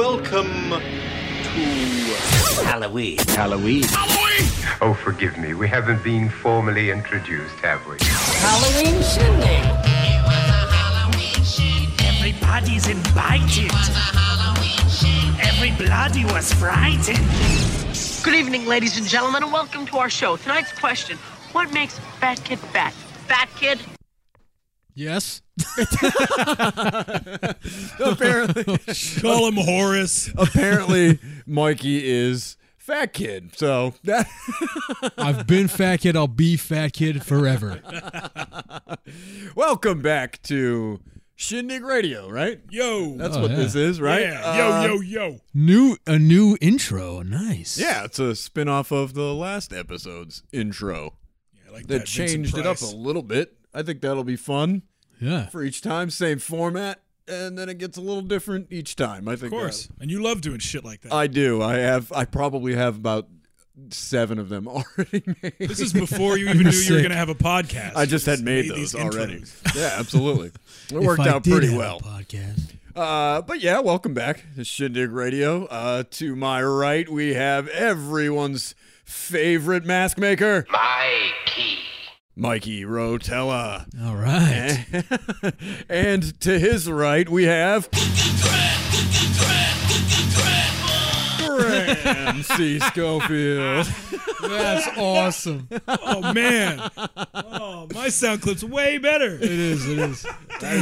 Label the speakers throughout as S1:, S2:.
S1: Welcome to Halloween. Halloween.
S2: Oh, forgive me. We haven't been formally introduced, have we?
S3: Halloween shindig.
S4: Everybody's invited. Every bloody was frightened.
S5: Good evening, ladies and gentlemen, and welcome to our show. Tonight's question What makes Fat Kid fat? Fat Kid?
S6: Yes.
S7: apparently,
S8: Call him Horace.
S7: apparently, Mikey is fat kid. So that
S6: I've been fat kid. I'll be fat kid forever.
S7: welcome back to Shindig Radio, right?
S8: Yo.
S7: That's
S6: Oh,
S7: what
S6: yeah.
S7: this is, right?
S8: Yeah.
S7: Uh,
S8: yo, yo, yo.
S6: New a new intro. Nice.
S7: Yeah, it's a spin-off of the last episode's intro
S8: I like
S7: that
S8: that
S7: changed
S8: Vincent
S7: it up a
S8: Price.
S7: little bit. I think that'll be fun
S6: Yeah.
S7: for each time, same format, and then it gets a little different each time. I think uh,
S8: Of course. And you love doing shit like that.
S7: I do. I have. I probably have about seven of them already made.
S8: this is before you even knew you were
S6: sick.
S8: going to have a podcast.
S7: I just had made,
S8: these
S7: those already.
S8: intros.
S7: Yeah, absolutely. It
S6: If
S7: worked
S6: I
S7: out
S6: did
S7: pretty
S6: have a
S7: well.
S6: Podcast.
S7: Uh, but yeah, welcome back to Shindig Radio. Uh, to my right, we have everyone's favorite mask maker,
S2: Mikey.
S7: Mikey Rotella.
S6: All
S7: Eh.
S6: right.
S7: and to his right, we have. Graham C. Schofield.
S6: That's awesome. It
S8: Oh, man. Oh, my sound clip's way better.
S6: is. It is.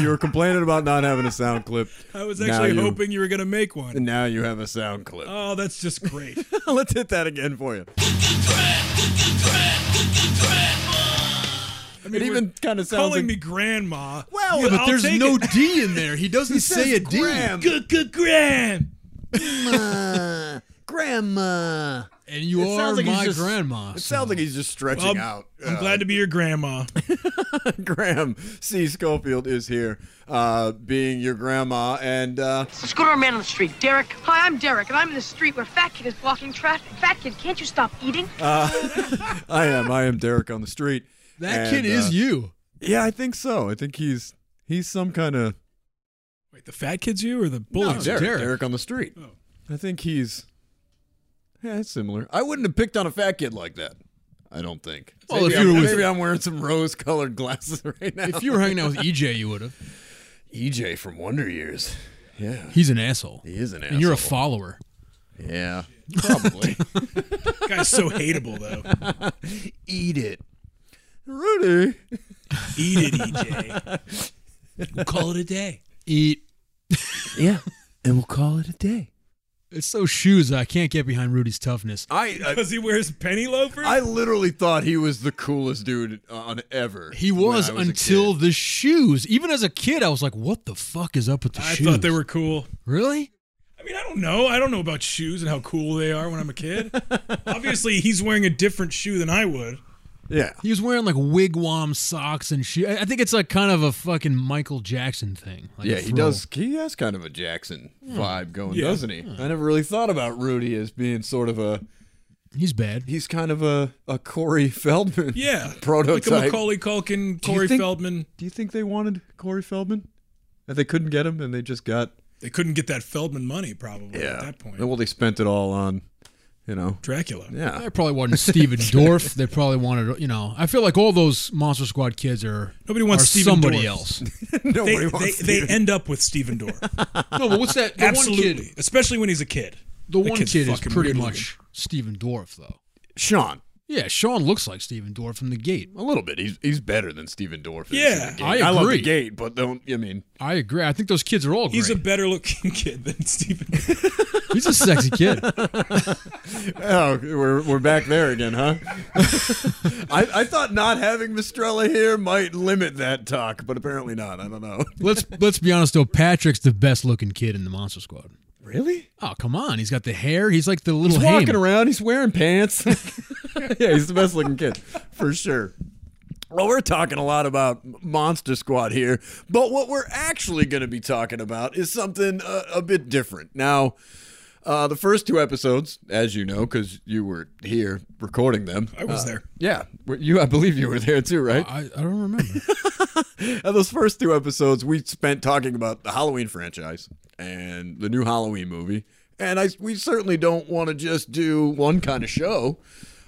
S7: you were complaining about not having a sound clip.
S8: I was
S7: Now
S8: actually
S7: you-
S8: hoping you were going to make one.
S7: And now you have a sound clip.
S8: Oh, that's just great.
S7: Let's hit that again for you.
S8: I mean,
S7: It even kind of sounds
S8: calling
S7: like
S8: me grandma.
S7: Well,
S8: yeah,
S7: but
S8: I'll
S6: There's
S8: take
S6: no
S8: it.
S6: D in there. He doesn't say a D.
S7: Graham.
S8: good, good, grand.
S7: grandma, grandma.
S6: And you
S7: It
S6: are
S7: sounds like he's
S6: my
S7: just-
S6: grandma.
S7: It sounds like he's just stretching
S8: Well,
S7: out.
S8: Um, I'm
S7: Uh,
S8: glad to be your grandma.
S7: Graham C. Schofield is here, uh, being your grandma, and uh,
S5: Let's go to our man on the street, Derek. Hi, I'm Derek, and I'm in the street where Fat Kid is blocking traffic. Fat Kid, can't you stop eating?
S7: I am. I am Derek on the street.
S6: that
S7: And,
S6: kid is
S7: uh,
S6: you.
S7: Yeah, I think so. I think he's he's some kind of
S8: Wait, the fat kid's you or the bully?
S6: Derek.
S7: Derek on the street.
S8: Oh.
S7: I think he's yeah, it's similar. I wouldn't have picked on a fat kid like that. I don't think.
S6: Well,
S7: maybe
S6: if
S7: I'm,
S6: you were with-
S7: maybe I'm wearing some rose-colored glasses right now.
S6: If you were hanging out with EJ, you would have.
S7: EJ E from Wonder Years, yeah,
S6: He's an asshole.
S7: he is an
S6: and you're a
S7: asshole.
S6: follower.
S7: yeah, probably.
S8: That guy's so hateable, though.
S7: Eat it, Rudy.
S8: Eat it, EJ. We'll call it a day.
S6: Eat.
S7: Yeah, and we'll call it a day.
S6: It's those shoes. I can't get behind Rudy's toughness.
S7: I I,
S8: Because he wears penny loafers?
S7: Uh, I literally thought he was the coolest dude uh, on ever.
S6: He
S7: when
S6: was,
S7: I a
S6: until
S7: kid.
S6: the shoes. Even as a kid, I was like, "What the fuck is up with the
S8: I
S6: shoes?"
S8: thought they were cool.
S6: really.
S8: I mean, I don't know. I don't know about shoes and how cool they are when I'm a kid. Obviously, he's wearing a different shoe than I would.
S7: yeah.
S6: He was wearing like wigwam socks and shoes. I I think it's like kind of a fucking Michael Jackson thing. Like
S7: Yeah,
S6: a
S7: he
S6: throw.
S7: does. He has kind of a Jackson vibe going,
S8: Yeah.
S7: doesn't he? I never really thought about Rudy as being sort of a.
S6: He's bad.
S7: He's kind of a a Corey Feldman.
S8: Yeah.
S7: prototype.
S8: Like a Macaulay Culkin,
S7: Do you
S8: Corey
S7: think-
S8: Feldman.
S7: Do you think they wanted Corey Feldman? That they couldn't get him, and they just got
S8: They couldn't get that Feldman money, probably, at that point.
S7: Well, they spent it all on, you know.
S8: Dracula.
S7: Yeah.
S6: They probably wanted Steven Dorff. They probably wanted, you know. I feel like all those Monster Squad kids are
S8: Nobody wants
S6: are
S8: Steven
S6: somebody
S8: Dorff.
S6: else.
S8: They,
S7: Nobody
S8: they,
S7: wants
S8: they
S7: Steven.
S8: end up with Steven Dorff.
S6: No, but what's that? The one
S8: Absolutely.
S6: kid,
S8: Especially when he's a kid.
S6: the
S8: That
S6: one
S8: kid's
S6: kid is
S8: fucking
S6: pretty
S8: weird
S6: much Steven Dorff, though.
S7: Sean
S6: Yeah, Sean looks like Steven Dorff from the gate.
S7: a little bit. He's he's better than Steven Dorff. is in
S8: Yeah.
S7: the gate.
S6: I
S7: love the
S6: agree.
S7: gate, but don't. I mean,
S6: I agree. I think those kids are all great.
S8: He's a better looking kid than Steven Dorff.
S6: He's a sexy kid.
S7: Oh, we're, we're back there again, huh? I, I thought not having Mistrella here might limit that talk, but apparently not. I don't know.
S6: Let's let's be honest though. Patrick's the best looking kid in the Monster Squad.
S7: Really?
S6: Oh come on, he's got the hair. He's like the little
S7: He's
S6: Haim.
S7: walking around. He's wearing pants. yeah, he's the best looking kid for sure. Well, we're talking a lot about Monster Squad here, but what we're actually going to be talking about is something uh, a bit different. Now, uh, the first two episodes, as you know, because you were here recording them.
S8: I was there.
S7: Yeah, you. I believe you were there too, right?
S6: I, I don't remember.
S7: And those first two episodes, we spent talking about the Halloween franchise and the new Halloween movie. And I, we certainly don't want to just do one kind of show.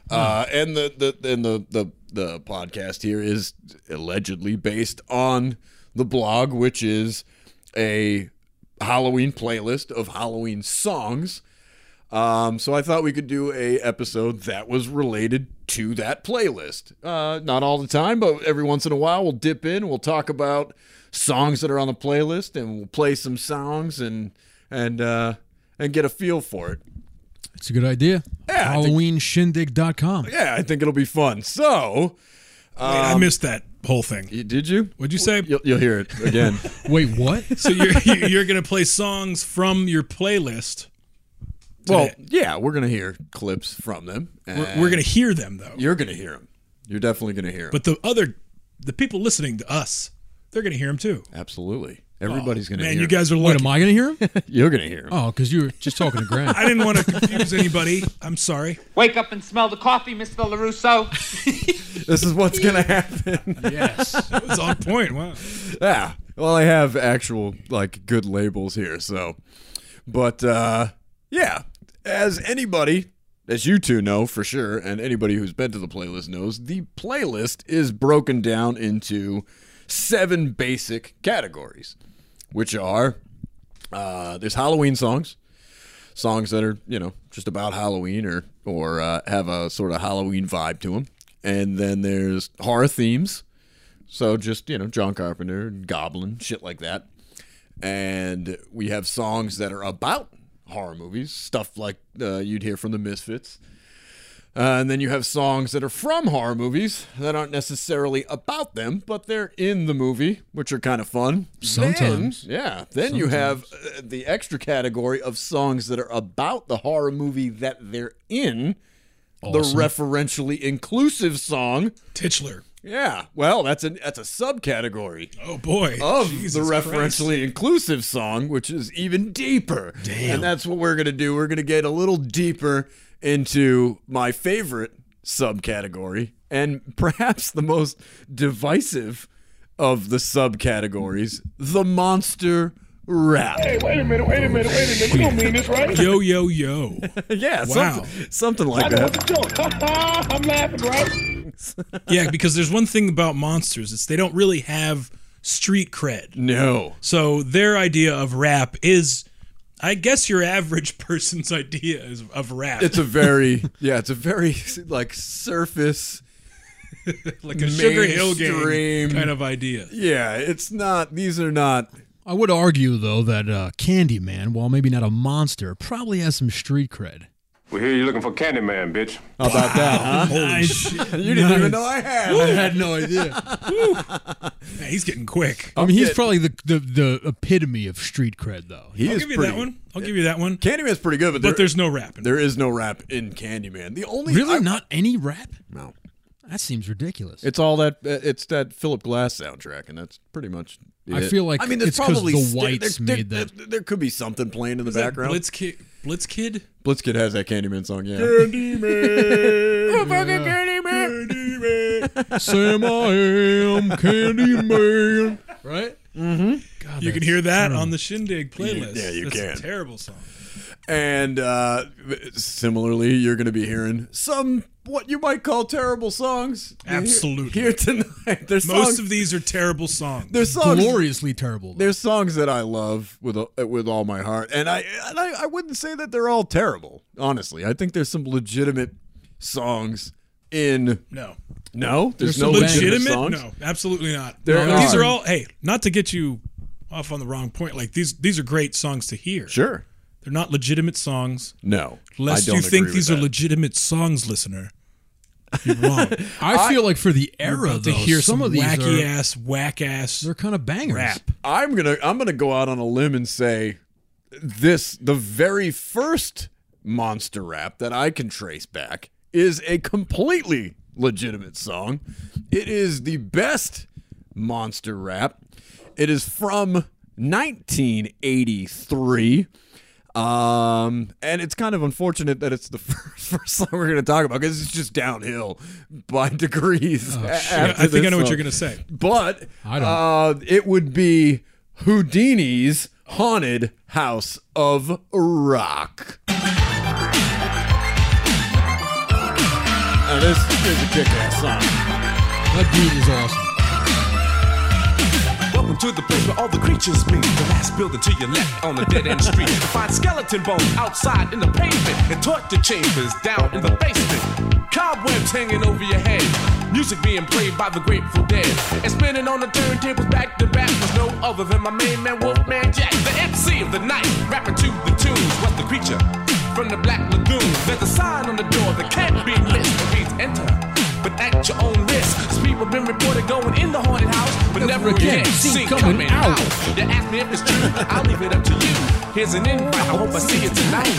S7: Uh, and the the and the, the the podcast here is allegedly based on the blog, which is a Halloween playlist of Halloween songs. Um, so I thought we could do a episode that was related to that playlist. Uh, not all the time, but every once in a while we'll dip in. We'll talk about songs that are on the playlist, and we'll play some songs and and uh, and get a feel for it.
S6: It's a good idea.
S7: Yeah, I think-
S6: HalloweenShindig.com.
S7: Yeah, I think it'll be fun. So
S8: I
S7: um,
S8: missed that whole thing.
S7: y- did you?
S8: What'd you say?
S7: You'll, you'll hear it again.
S6: Wait, what?
S8: So you're you're gonna play songs from your playlist.
S7: well, yeah, we're gonna hear clips from them.
S8: We're, we're gonna hear them though.
S7: You're gonna hear them. You're definitely gonna hear them.
S8: But the other, the people listening to us, they're gonna hear them too.
S7: Absolutely, everybody's gonna.
S8: Oh, Man,
S7: hear
S8: you
S7: 'em.
S8: guys are
S6: Wait,
S8: lucky.
S6: am I going to hear him?
S7: You're gonna hear 'em.
S6: Oh, because you were just talking to Grant.
S8: I didn't want to confuse anybody. I'm sorry.
S9: Wake up and smell the coffee, Mr. LaRusso.
S7: This is what's gonna happen.
S6: yes.
S8: It was on point. Wow.
S7: Yeah. Well, I have actual like good labels here, so. But uh yeah, as anybody, as you two know for sure, and anybody who's been to the playlist knows, the playlist is broken down into seven basic categories, which are uh there's Halloween songs, songs that are, you know, just about Halloween or or uh, have a sort of Halloween vibe to them. And then there's horror themes, so just you know, John Carpenter, Goblin, shit like that. And we have songs that are about horror movies, stuff like uh, you'd hear from the Misfits. Uh, and then you have songs that are from horror movies that aren't necessarily about them, but they're in the movie, which are kind of fun. Then-
S6: Sometimes.
S7: yeah. Then you have uh, the extra category of songs that are about the horror movie that they're in, the referentially inclusive song.
S8: Titchler.
S7: Yeah. Well, that's an that's a subcategory
S8: Oh boy.
S7: of the
S8: Jesus Christ.
S7: referentially inclusive song, which is even deeper. Damn. And that's what we're gonna do. We're gonna get a little deeper into my favorite subcategory and perhaps the most divisive of the subcategories, the monster rap.
S8: Yo yo yo.
S7: yeah,
S8: Wow.
S7: something, something like that.
S8: Yeah, because there's one thing about monsters. It's they don't really have street cred.
S7: No.
S8: So their idea of rap is, I guess, your average person's idea is, of rap.
S7: It's a very yeah, it's a very like surface
S8: like a Sugar Hill
S7: mainstream-
S8: game kind of idea.
S7: Yeah, it's not. These are not.
S6: I would argue, though, that uh, Candyman, while maybe not a monster, probably has some street cred.
S2: We hear you looking for Candyman, bitch.
S7: How about that, huh?
S8: Holy shit!
S7: You didn't even know I had.
S6: I had no idea.
S8: Man, he's getting quick.
S6: I mean, he's probably the, the, the epitome of street cred, though.
S7: He
S8: I'll
S7: is
S8: give you
S7: pretty.
S8: that one. I'll give you that one.
S7: Candyman's pretty good, but,
S8: But
S7: there,
S8: there's no rap. in it.
S7: there is no rap in Candyman. The only
S6: Really?
S7: I-
S6: not any rap?
S7: No.
S6: That seems ridiculous.
S7: It's all that. uh, It's that Philip Glass soundtrack, and that's pretty much.
S6: I
S7: it.
S6: feel like
S7: I mean, there's
S6: it's 'cause
S7: probably
S6: the
S7: st-
S6: whites
S7: there, there-
S6: made that.
S7: There, there could be something playing in the background.
S8: Blitz kid. Blitz kid.
S7: Blitzkid has that Candyman song, yeah. Candyman, oh, fucking Candyman,
S6: Sam, I am Candyman. Right? Mm-hmm. God,
S8: You can hear that
S6: Hmm.
S8: on the Shindig playlist.
S7: yeah, you
S8: That's
S7: can.
S8: A terrible song.
S7: And uh, similarly, you're going to be hearing some what you might call terrible songs.
S8: Absolutely.
S7: Here, here tonight, there's
S8: Most
S7: songs,
S8: of these are terrible songs.
S7: there's songs
S6: gloriously terrible. though.
S7: there's songs that I love with a, with all my heart, and I and I, I wouldn't say that they're all terrible. Honestly, I think there's some legitimate songs in.
S8: no.
S7: No, there's, no
S6: There's some
S7: legitimate, songs.
S8: No, absolutely not.
S7: There
S8: No, These
S7: are.
S8: are all. Hey, not to get you off on the wrong point. Like these, these are great songs to hear.
S7: Sure.
S8: They're not legitimate songs.
S7: No.
S8: Lest
S7: I don't
S8: you think
S7: agree
S8: these
S7: with
S8: are
S7: that.
S8: legitimate songs, listener. You're wrong.
S6: I, feel like for the era, though,
S8: to hear
S6: some, of these
S8: wacky
S6: are,
S8: ass, whack ass
S6: they're kind of bangers.
S8: rap.
S7: I'm gonna I'm gonna go out on a limb and say this the very first monster rap that I can trace back is a completely legitimate song. It is the best monster rap. It is from 1983. Um, and it's kind of unfortunate that it's the first, first song we're going to talk about because it's just downhill by degrees. a-
S10: Yeah, Oh,
S7: after
S10: I think I
S7: this
S10: know what
S7: song.
S10: you're gonna say.
S7: But
S6: I
S7: Uh,
S6: don't.
S7: it would be Houdini's Haunted House of Rock. Now this is a kick-ass song.
S6: That beat is awesome.
S8: Welcome to the place where all the creatures meet. The last building to your left on the dead end street. Find skeleton bones outside in the pavement and torture chambers down in the basement. Cobwebs hanging over your head. Music being played by the Grateful Dead. And spinning on the turntables back to back was no other than my main man Wolfman Jack. The MC of the night, rapping to the tunes. was the creature from the Black Lagoon? There's a sign on the door that can't be missed. It reads enter, but at your own risk. 'Cause people been reported going in the haunted house, but never again seen coming out. You ask me if it's true, I'll leave it up to you. Here's an invite, I hope I see you tonight.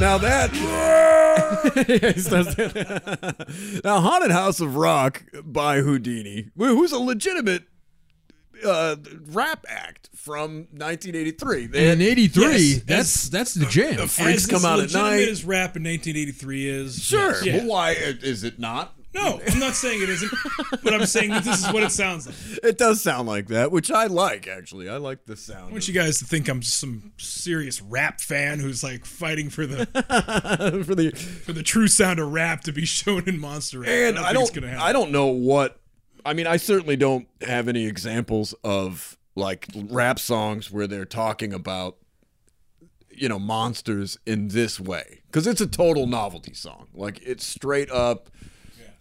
S7: Now that Yeah, he starts doing that. now Haunted House of Rock by Houdini, wh- who's a legitimate uh, rap act from 1983. They had-
S6: In '83,
S10: Yes,
S6: that's that's the jam.
S7: freaks
S10: As
S7: come out at
S10: legitimate
S7: night.
S10: As rap in 1983 is.
S7: Sure.
S10: Yeah.
S7: Well, why i- is it not?
S10: No, I'm not saying it isn't, but I'm saying that this is what it sounds like.
S7: It does sound like that, which I like actually. I like the
S10: I
S7: sound.
S10: want you guys to think I'm some serious rap fan who's like fighting for the
S7: of- for the
S10: for the true sound of rap to be shown in Monster. Rap.
S7: and I
S10: think
S7: don't
S10: it's gonna happen.
S7: I don't know what I mean. I certainly don't have any examples of like rap songs where they're talking about you know monsters in this way because it's a total novelty song. Like it's straight up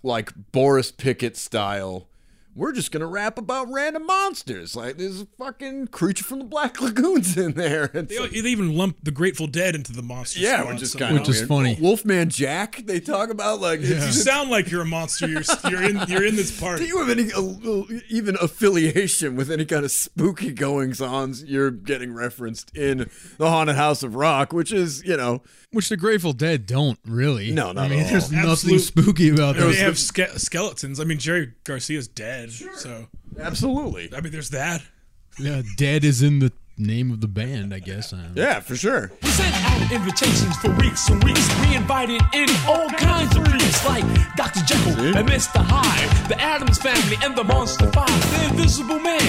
S7: like Boris Pickett style. We're just gonna rap about random monsters. Like there's a fucking creature from the Black Lagoons in there. And
S10: They, they even lump the Grateful Dead into the Monster.
S7: Yeah,
S10: squad
S7: which is
S10: somehow.
S7: kind of
S6: Which is funny.
S7: Wolfman Jack. They talk about like.
S10: You
S7: it's-
S10: sound like you're a monster. You're you're in you're in this
S7: do
S10: party.
S7: you have any uh, even affiliation with any kind of spooky goings ons? You're getting referenced in the Haunted House of Rock, which is you know
S6: Which the Grateful Dead don't really.
S7: No, not
S6: I mean,
S7: at all.
S6: there's nothing
S10: Absolute-
S6: spooky about
S10: They
S6: this.
S10: have ske- skeletons. I mean, Jerry Garcia's dead. So
S7: absolutely
S10: I mean, there's that.
S6: Yeah, dead is in the name of the band, I guess. I don't know.
S7: yeah for sure.
S8: We sent out invitations for weeks and weeks. We invited in all kinds of freaks like Dr. Jekyll and Mr. Hyde, the Adams family and the Monster Five, the Invisible Man.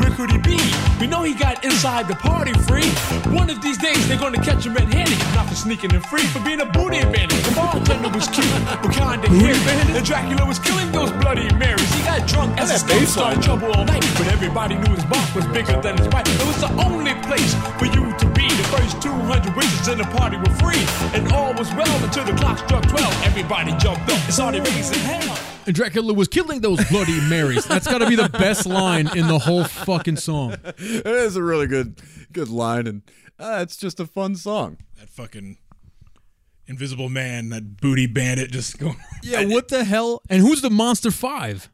S8: Where could he be? We know he got inside the party free. One of these days they're gonna catch him red-handed, not for sneaking and free, for being a booty bandit. The bartender was cute, but kinda hairy. And Dracula was killing those bloody Marys. He got drunk as a
S7: that bass
S8: star
S7: line.
S8: started trouble all night, but everybody knew his box was bigger than his wife. It was the only place for you to be. The first 200 witches in the party were free, and all was well until the clock struck 12. Everybody jumped up and started raising hell.
S6: And Dracula was killing those bloody Marys. That's got to be the best line in the whole fucking song.
S7: It is a really good good line, and uh, it's just a fun song.
S10: That fucking invisible man, that booty bandit, just going.
S6: Yeah, what the hell? And who's the Monster Five?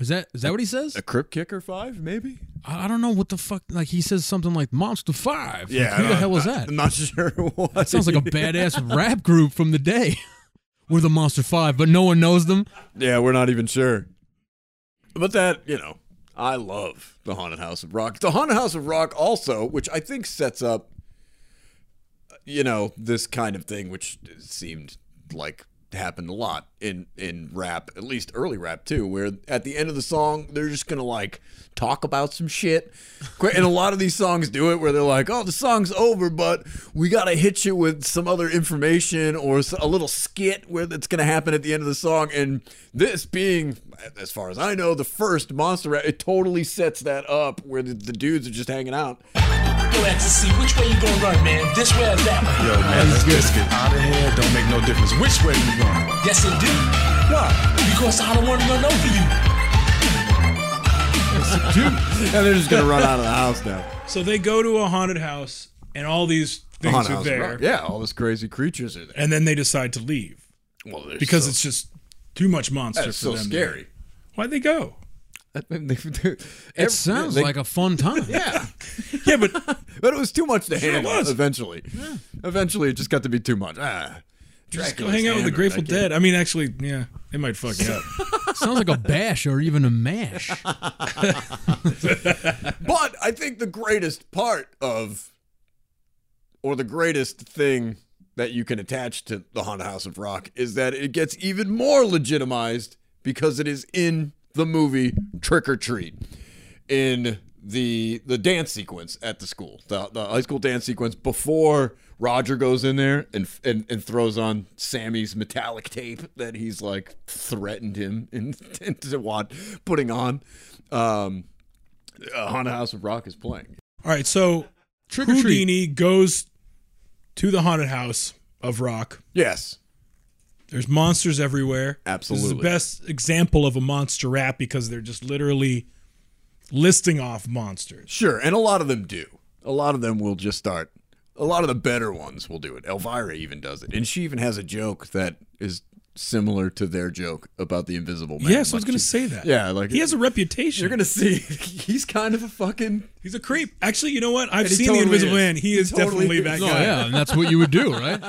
S6: Is that is that what he says?
S7: A Crypt Kicker Five, maybe.
S6: I I don't know what the fuck. Like he says something like Monster Five. Like, who the hell was that?
S7: I'm not sure what.
S6: That sounds like a badass rap group from the day. We're the Monster Five, but no one knows them.
S7: Yeah, we're not even sure. But that, you know, I love the Haunted House of Rock. The Haunted House of Rock also, which I think sets up, you know, this kind of thing, which seemed like happened a lot in in rap, at least early rap too, where at the end of the song they're just gonna like talk about some shit. Qu- And a lot of these songs do it where they're like, "Oh, the song's over, but we gotta hit you with some other information or s- a little skit where that's gonna happen at the end of the song." And this being, as far as I know, the first monster rap, it totally sets that up where the, the dudes are just hanging out.
S8: Go at to see which way you gonna run, man. This way or that way.
S11: Yo, man, let's just get out of here. Don't make no difference which way we going.
S8: Yes, indeed. Why? Because I don't want to run over you.
S7: and they're just gonna run out of the house now.
S10: So they go to a haunted house, and all these things
S7: Haunted
S10: are
S7: House of
S10: there.
S7: Rock. Yeah, all those crazy creatures are there.
S10: And then they decide to leave
S7: Well, they're
S10: because
S7: so-
S10: it's just too much monster
S7: that's
S10: for
S7: so
S10: them.
S7: scary.
S10: Why'd they go?
S6: It sounds like a fun time.
S7: yeah,
S10: Yeah, but
S7: but it was too much to handle.
S10: was.
S7: Eventually, eventually, it just got to be too much. Ah.
S8: Just go hang out with the Grateful Dead. I mean, actually, yeah, it might fuck you up.
S6: Sounds like a bash or even a mash.
S7: But I think the greatest part of, or the greatest thing that you can attach to the Haunted House of Rock is that it gets even more legitimized because it is in the movie Trick or Treat, in the the dance sequence at the school, the, the high school dance sequence before Roger goes in there and, and and throws on Sammy's metallic tape that he's like threatened him into what putting on. Um, uh, Haunted House of Rock is playing.
S8: All right, so
S6: Trick or treat.
S8: Houdini goes to the haunted house of rock.
S7: Yes.
S8: There's monsters everywhere. This is
S7: Absolutely.
S8: the best example of a monster rap because they're just literally listing off monsters.
S7: Sure, and a lot of them do. A lot of them will just start. A lot of the better ones will do it. Elvira even does it, and she even has a joke that is similar to their joke about the Invisible Man.
S8: yes, I was
S7: Like,
S8: gonna
S7: she-
S8: say that.
S7: Yeah, like
S8: he has a reputation.
S7: You're gonna see. He's kind of a fucking.
S8: He's a creep. Actually, you know what? I've
S7: And he
S8: seen
S7: totally
S8: the Invisible
S7: is.
S8: Man. He,
S7: He
S8: is
S7: totally
S8: definitely
S7: is.
S8: that
S6: Oh
S8: guy.
S6: yeah, and that's what you would do, right?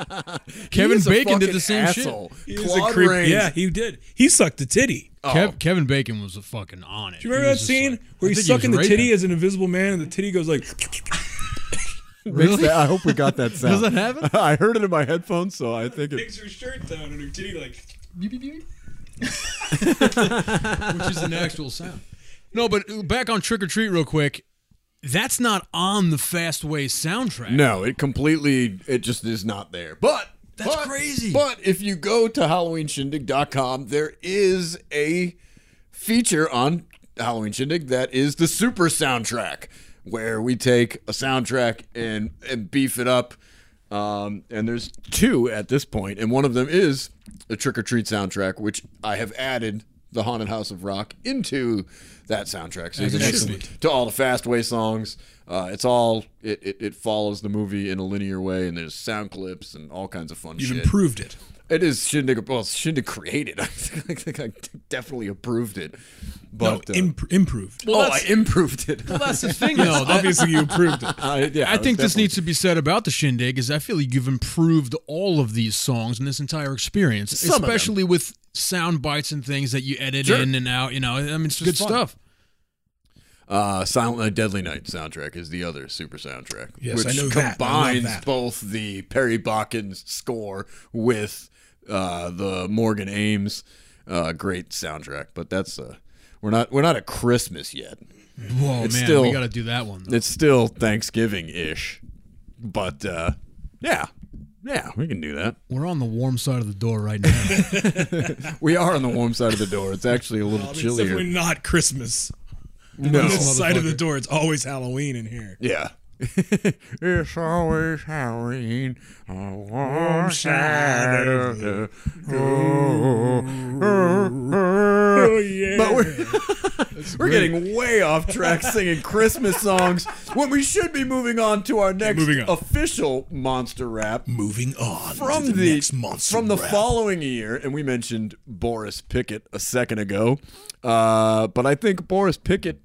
S6: Kevin
S7: He's a
S6: Bacon did
S7: fucking
S6: the same
S7: asshole.
S6: shit.
S8: He is
S7: Claude
S8: a creep.
S7: Rains.
S8: Yeah, he did. He sucked a titty.
S6: Kev- Kevin Bacon was fucking on it.
S8: Oh. Do you remember that scene where he's sucking the titty as an invisible man, and the titty goes like,
S6: really?
S7: I hope we got that sound.
S6: Does that happen?
S7: I heard it in my headphones, so I think it.
S8: takes her shirt down, and her titty like.
S6: Which is an actual sound. No, but back on Trick or Treat real quick. That's not on the Fast Way soundtrack.
S7: No, it completely it just is not there. But
S6: That's
S7: but-
S6: crazy.
S7: But if you go to HalloweenShindig.com, there is a feature on Halloween Shindig that is the super soundtrack, where we take a soundtrack and and beef it up. Um, and there's two at this point, and one of them is the Trick or Treat soundtrack, which I have added the Haunted House of Rock into that soundtrack. So you can listen
S6: Excellent.
S7: to all the Fastway songs. Uh, it's all it, it, it follows the movie in a linear way, and there's sound clips and all kinds of fun
S8: You've
S7: shit.
S8: improved it.
S7: It is Shindig. Well, Shindig created. I think, I think I definitely improved it.
S8: No,
S7: But uh,
S8: imp- improved.
S7: oh, I improved it.
S6: that's the thing. though. That-
S8: Obviously, you improved it.
S7: I, yeah,
S6: I think
S7: was
S6: this needs to be said about the Shindig is I feel like you've improved all of these songs and this entire experience,
S7: Some of them.
S6: especially with sound bites and things that you edit
S7: Sure.
S6: in and out. You know, I mean, it's good
S7: fun.
S6: stuff.
S7: Uh, Silent Night, Deadly Night soundtrack is the other super soundtrack,
S8: Yes,
S7: which
S8: I know that. I love
S7: combines
S8: that.
S7: both the Perry Bakken score with uh, the Morgan Ames uh, great soundtrack. But that's uh, we're not we're not at Christmas yet.
S6: Whoa,
S7: It's
S6: man, we
S7: still-
S6: got to do that one. Though.
S7: It's still Thanksgiving ish, but uh, yeah, yeah, we can do that.
S6: We're on the warm side of the door right now.
S7: We are on the warm side of the door. It's actually a little
S8: I mean, it's
S7: chillier.
S8: definitely not Christmas.
S7: no,
S8: On this side of the
S6: motherfucker.
S8: door, it's always Halloween in here.
S7: yeah. it's always Halloween on the warm side of the door.
S8: Oh yeah.
S7: But we're, we're getting way off track singing Christmas songs when we should be moving on to our next
S8: moving on.
S7: official monster rap
S8: moving on
S7: from
S8: to
S7: the,
S8: the, next monster
S7: from the
S8: rap.
S7: following year, and we mentioned Boris Pickett a second ago, uh, but I think Boris Pickett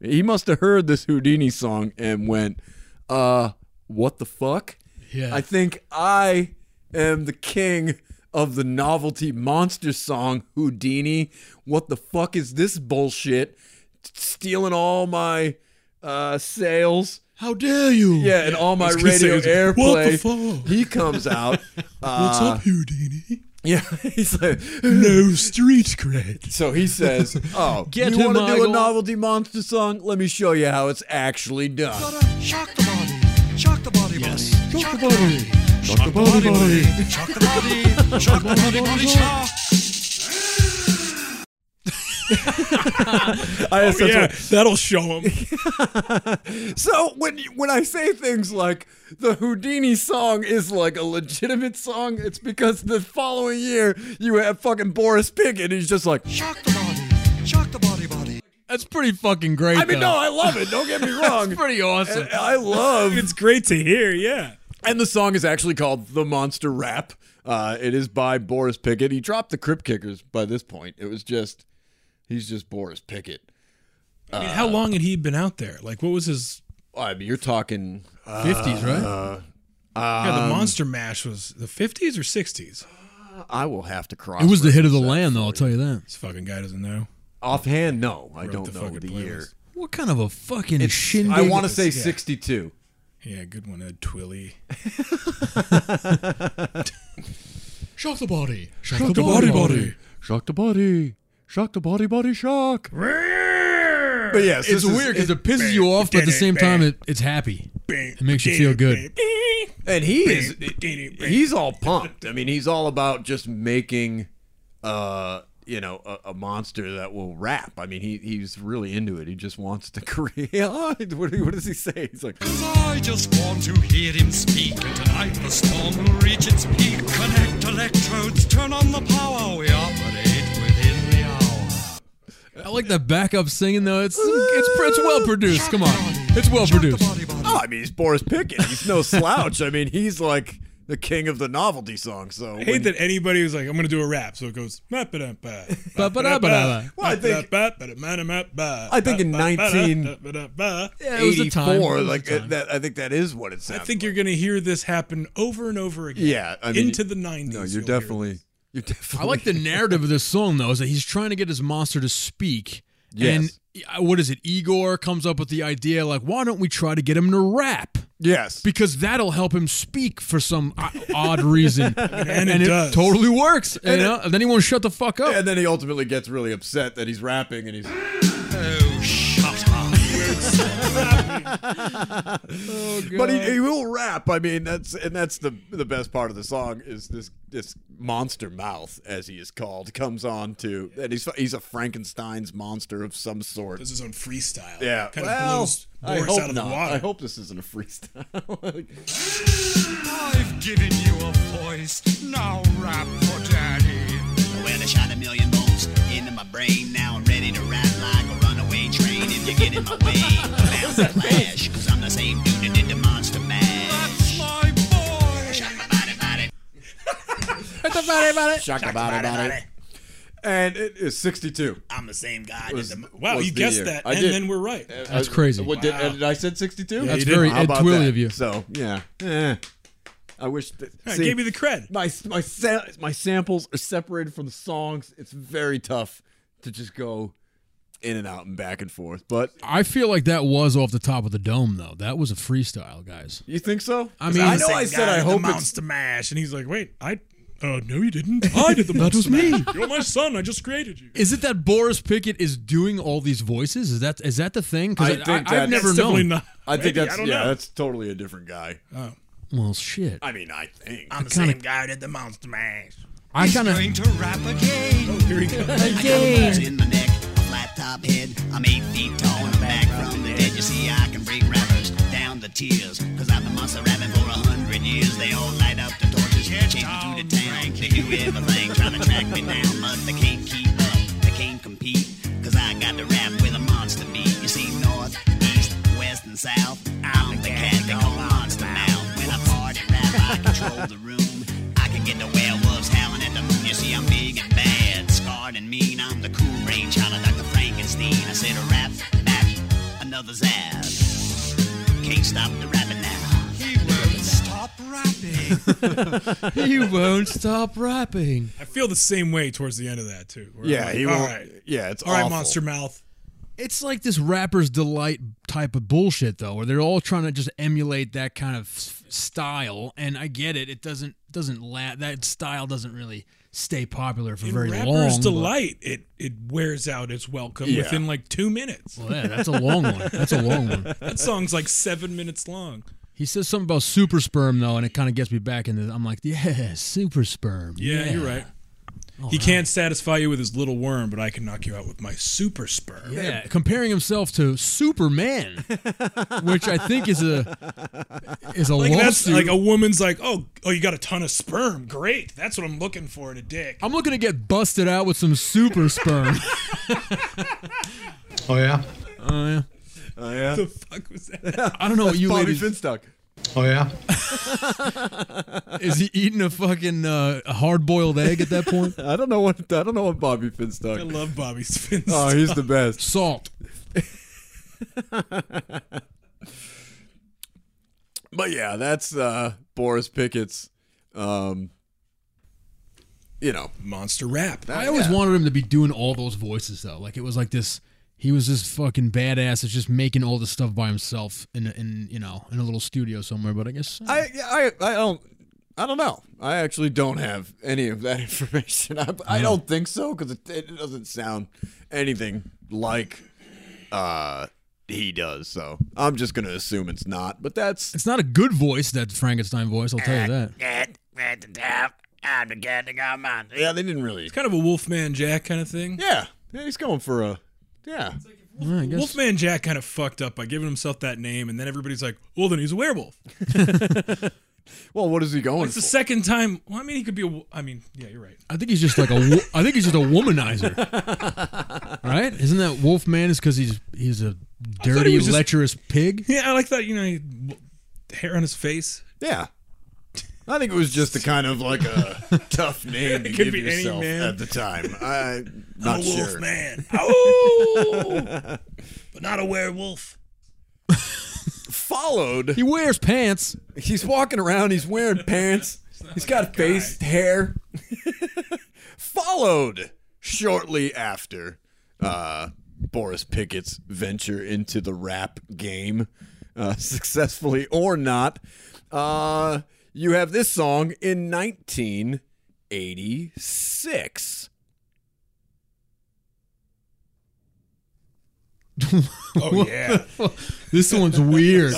S7: he must have heard this Houdini song and went, "Uh, what the fuck?"
S6: Yeah.
S7: I think I am the king of the novelty monster song Houdini. What the fuck is this bullshit? Stealing all my uh, sales.
S6: How dare you?
S7: Yeah, and all my
S8: was gonna say,
S7: radio
S8: it's like,
S7: airplay.
S8: "What the fuck?"
S7: He comes out.
S8: What's
S7: uh,
S8: up, Houdini?
S7: Yeah, he's like.
S8: No street cred.
S7: So he says, "Oh,
S6: Get
S7: you
S6: him,
S7: want to do a
S6: Michael."
S7: novelty monster song? Let me show you how it's actually done."
S12: Shock the body. Shock the body,
S6: Yes.
S12: body. Shock the body. Shock
S6: Oh,
S12: the body, body. Shock the body. Shock the body, body. Shock.
S7: I guess that's
S8: yeah,
S7: what-
S8: that'll show him.
S7: so when you- when I say things like the Houdini song is like a legitimate song, it's because the following year you have fucking Boris Pickett, and he's just like,
S12: Shock the body. Shock the body, body.
S6: That's pretty fucking great.
S7: "I mean, no,
S6: though.
S7: Uh, I love it. Don't get me wrong."
S6: That's pretty awesome.
S7: And I love
S8: It's great to hear. Yeah.
S7: And the song is actually called The Monster Rap. Uh, it is by Boris Pickett. He dropped the Crypt Kickers by this point. It was just, he's just Boris Pickett.
S8: I mean, how long had he been out there? Like, what was his?
S7: I mean, you're talking,
S6: Fifties, right?
S8: yeah, the
S7: Um,
S8: Monster Mash was the 50s or 60s.
S7: I will have to cross.
S6: It was the hit of the
S7: reference
S6: land, though. I'll tell you that.
S8: This fucking guy doesn't know.
S7: that. Offhand, no, I
S8: Wrote
S7: don't
S8: the
S7: know
S8: fucking
S7: the
S8: playlist.
S7: year.
S6: What kind of a fucking shindig?
S7: I want to
S6: is-
S7: say
S8: yeah.
S7: sixty-two.
S8: Yeah, good one, Ed Twilly.
S12: Shock the body. Shock,
S6: Shock the body, body.
S12: Shock the body. Shock the body, body, shock.
S7: But yes,
S6: It's
S7: this is-
S6: weird because it pisses you off, but at the same time, it, it's happy. It makes you feel good.
S7: and he is he's all pumped. I mean, he's all about just making, uh, you know, a, a monster that will rap. I mean, he he's really into it. He just wants to create. what, what does he say? He's like,
S12: I just want to hear him speak, and tonight the storm will reach its peak. Connect electrodes, turn on the power. We operate within the hour.
S6: I like that backup singing though. It's it's it's well produced. Come on, it's well produced.
S12: Body, body.
S7: oh, I mean, he's Boris Pickett. He's no slouch. I mean, he's like the king of the novelty song. So
S8: I hate that anybody was like, I'm going to do a rap. So it goes. Well,
S6: Ba-ba-da-ba-da-ba.
S7: Well, I think-
S8: I
S7: I think in 19
S6: Yeah, it was the time. It
S7: Eighty-four,
S6: was the
S7: like
S6: time.
S7: uh, that. I think that is what it
S8: I
S7: sounds.
S8: think you're going to hear this happen over and over again.
S7: Yeah, I mean,
S8: into the 90s.
S7: No,
S8: you'll
S7: you're
S8: hear
S7: definitely. You're definitely.
S6: I like the narrative of this song though. Is that he's trying to get his monster to speak.
S7: Yes.
S6: And uh, what is it? Igor comes up with the idea like, why don't we try to get him to rap?
S7: Yes.
S6: Because that'll help him speak for some o- odd reason.
S8: and it does.
S6: totally works. you know? And uh, then he won't shut the fuck up.
S7: And then he ultimately gets really upset that he's rapping and he's.
S12: Oh, shut up.
S8: Oh,
S7: But he, he will rap. I mean, that's and that's the the best part of the song is this this monster mouth as he is called comes on to and he's he's a Frankenstein's monster of some sort.
S8: Does his own freestyle.
S7: Yeah.
S8: Kind
S7: well,
S8: of blows
S7: I
S8: Boris
S7: hope
S8: out of
S7: not.
S8: the water.
S7: I hope this isn't a freestyle.
S12: I've given you a voice. Now rap for daddy.
S13: Well, I shot a million volts into my brain. Now I'm ready to ride like a runaway train. If you get in my way, bound to clash. Cause I'm the same dude that did the monster mash.
S12: That's my boy.
S13: Shot my body, body.
S7: Shock about it, about it. And it is 62.
S13: I'm the same guy.
S7: Was-
S13: that the,
S8: Wow,
S7: was
S8: you
S7: the
S8: guessed
S7: year.
S8: that,
S7: I
S8: and
S7: did.
S8: then we're right.
S6: That's crazy.
S7: What did, did I said 62?
S6: That's very
S7: How
S6: Ed
S7: about
S6: Twilly
S7: that?
S6: of you.
S7: So yeah, Eh. I wish. That,
S8: I
S7: see,
S8: gave you the cred.
S7: my my sa- my samples are separated from the songs. It's very tough to just go in and out and back and forth. But
S6: I feel like that was off the top of the dome though. That was a freestyle, guys.
S7: you think so?
S6: I mean-
S7: I
S6: I'm
S7: know
S6: the
S7: I said I hope it's.
S8: monster mash, and he's like, "Wait, I." Oh no, you didn't. I did the
S6: That
S8: monster
S6: was me.
S8: mash. You're my son. I just created you.
S6: Is it that Boris Pickett is doing all these voices? Is that is that the thing?
S7: I
S6: Because
S7: think
S6: I, have
S7: that's
S6: never
S8: Definitely
S6: known.
S8: not.
S7: I think
S8: Maybe,
S7: that's
S8: don't
S7: yeah,
S8: know.
S7: that's totally a different guy.
S6: Well, shit.
S7: I mean, I think.
S8: I'm the same guy that did the monster mash.
S6: I kind of
S12: Going to rap again.
S8: Here he comes.
S13: Bones in my neck, a flat top head. I'm eight feet tall and I'm back from the dead. You see, I can bring rappers down to tears. Cause I've been monster rapping for a hundred years. They all light up the torches, chase me through the town. They do everything, trying to track me down. But they can't keep up, they can't compete. Cause I got the rap with a monster beat. You see, north, east, west, and south. I'm the cat they call monster mouth. When I party rap, I control the room. I can get the werewolves howling at the moon. You see, I'm big and bad, scarred and mean. I'm the cool brain child of Dr. Frankenstein. I said a rap, bap, another zap. Can't stop the rapping now.
S12: He won't stop rapping.
S6: you won't stop rapping.
S8: I feel the same way towards the end of that too. Where I'm
S7: yeah,
S8: like,
S7: he
S8: "All
S7: won't.
S8: right.
S7: Yeah, it's
S8: All right,
S7: awful.
S8: monster mouth.
S6: It's like this rapper's delight type of bullshit though, where they're all trying to just emulate that kind of s- style. And I get it; it doesn't doesn't la- that style doesn't really stay popular for
S8: In
S6: very
S8: Rapper's
S6: long. but-
S8: delight. It it wears out its welcome
S7: Yeah.
S8: within like two minutes.
S6: Well, yeah, that's a long one. That's a long one.
S8: That song's like seven minutes long.
S6: He says something about super sperm though, and it kind of gets me back into. I'm like, yeah, super sperm.
S8: Yeah, you're right. he can't satisfy you with his little worm, but I can knock you out with my super sperm.
S6: Yeah, comparing himself to Superman, which I think is a is a
S8: Like that's
S6: lawsuit.
S8: like a woman's like, oh, oh, you got a ton of sperm. Great, that's what I'm looking for in a dick.
S6: I'm looking to get busted out with some super sperm.
S2: Oh, yeah?
S6: Oh yeah.
S7: Oh, yeah.
S8: the fuck was that?
S6: I don't know what you
S7: Bobby
S6: ladies.
S7: Finstock.
S2: Oh, yeah?
S6: Is he eating a fucking uh, hard boiled egg at that point?
S7: I don't know what I don't know what Bobby
S8: I
S7: Finstock.
S8: love Bobby Spins.
S7: Oh, he's the best.
S6: Salt.
S7: But yeah, that's uh, Boris Pickett's, um, you know,
S8: monster rap.
S6: I always wanted him to be doing all those voices though. Like it was like this. He was this fucking badass that's just making all this stuff by himself in a- in you know in a little studio somewhere. But I guess
S7: I, I I don't I don't know. I actually don't have any of that information. I, I don't think so because it, it doesn't sound anything like uh, he does. So I'm just gonna assume it's not. But that's
S6: it's not a good voice that Frankenstein voice. I'll tell you
S7: Eh.
S6: that.
S7: yeah. They didn't really.
S8: It's kind of a Wolfman Jack kind of thing.
S7: Yeah, yeah he's going for a yeah.
S6: Yeah, I guess.
S8: Wolfman Jack kind of fucked up by giving himself that name, and then everybody's like, "Well, then he's a werewolf."
S7: Well, what is he going
S8: It's
S7: for?
S8: the second time. Well, I mean, he could be. a wo- I mean, yeah, you're right.
S6: I think he's just like a. wo- I think he's just a womanizer, right? Isn't that Wolfman? Is because he's he's a
S8: he
S6: dirty,
S8: was just-
S6: lecherous pig.
S8: Yeah, I like that. You know, he, w- hair on his face.
S7: yeah. I think it was just a kind of like a tough name to
S8: could
S7: give
S8: be any
S7: yourself
S8: man.
S7: at the time. I'm not
S8: a
S7: sure.
S8: wolf man. Oh, but not a werewolf.
S7: Followed
S6: He wears pants.
S7: He's walking around. He's wearing pants. He's got face hair. Followed shortly after uh, Boris Pickett's venture into the rap game, uh, successfully or not, uh, you have this song in 1986.
S8: Oh yeah,
S6: This one's weird.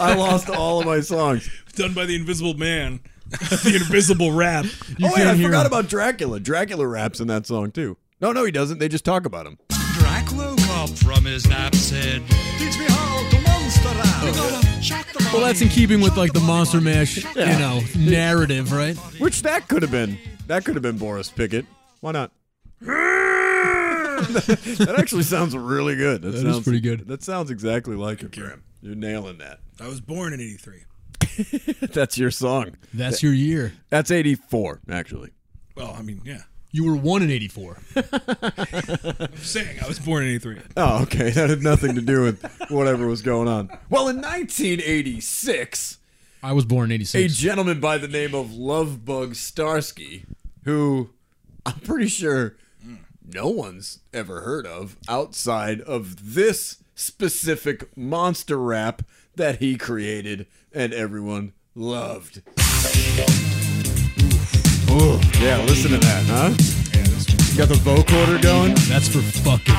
S7: I lost all of my songs.
S8: done by the Invisible Man, the Invisible Rap.
S7: oh wait, I
S6: hear
S7: forgot
S6: him.
S7: about Dracula. Dracula raps in that song too. No, no, he doesn't. They just talk about him.
S12: Drac woke up from his nap, said, Teach me how to monster rap. We
S7: Oh,
S12: gotta shock the
S6: Well, that's in keeping with like the Monster Mash,
S7: Yeah.
S6: you know, narrative, right?
S7: Which that could have been. That could have been Boris Pickett. Why not? that actually sounds really good. That,
S6: That is
S7: sounds
S6: pretty good.
S7: That sounds exactly like it, Graham. You're nailing that.
S8: I was born in '83.
S7: That's your song.
S6: That's your year.
S7: That's 84, actually.
S8: Well, I mean, yeah.
S6: You were one in '84.
S8: I'm saying I was born in '83.
S7: Oh, okay. That had nothing to do with whatever was going on. Well, in 1986,
S6: I was born in
S7: a
S6: '86.
S7: gentleman by the name of Lovebug Starsky, who I'm pretty sure no one's ever heard of outside of this specific monster rap that he created and everyone loved. Ooh, yeah, listen to that, huh? You got the vocoder going?
S6: That's for fucking.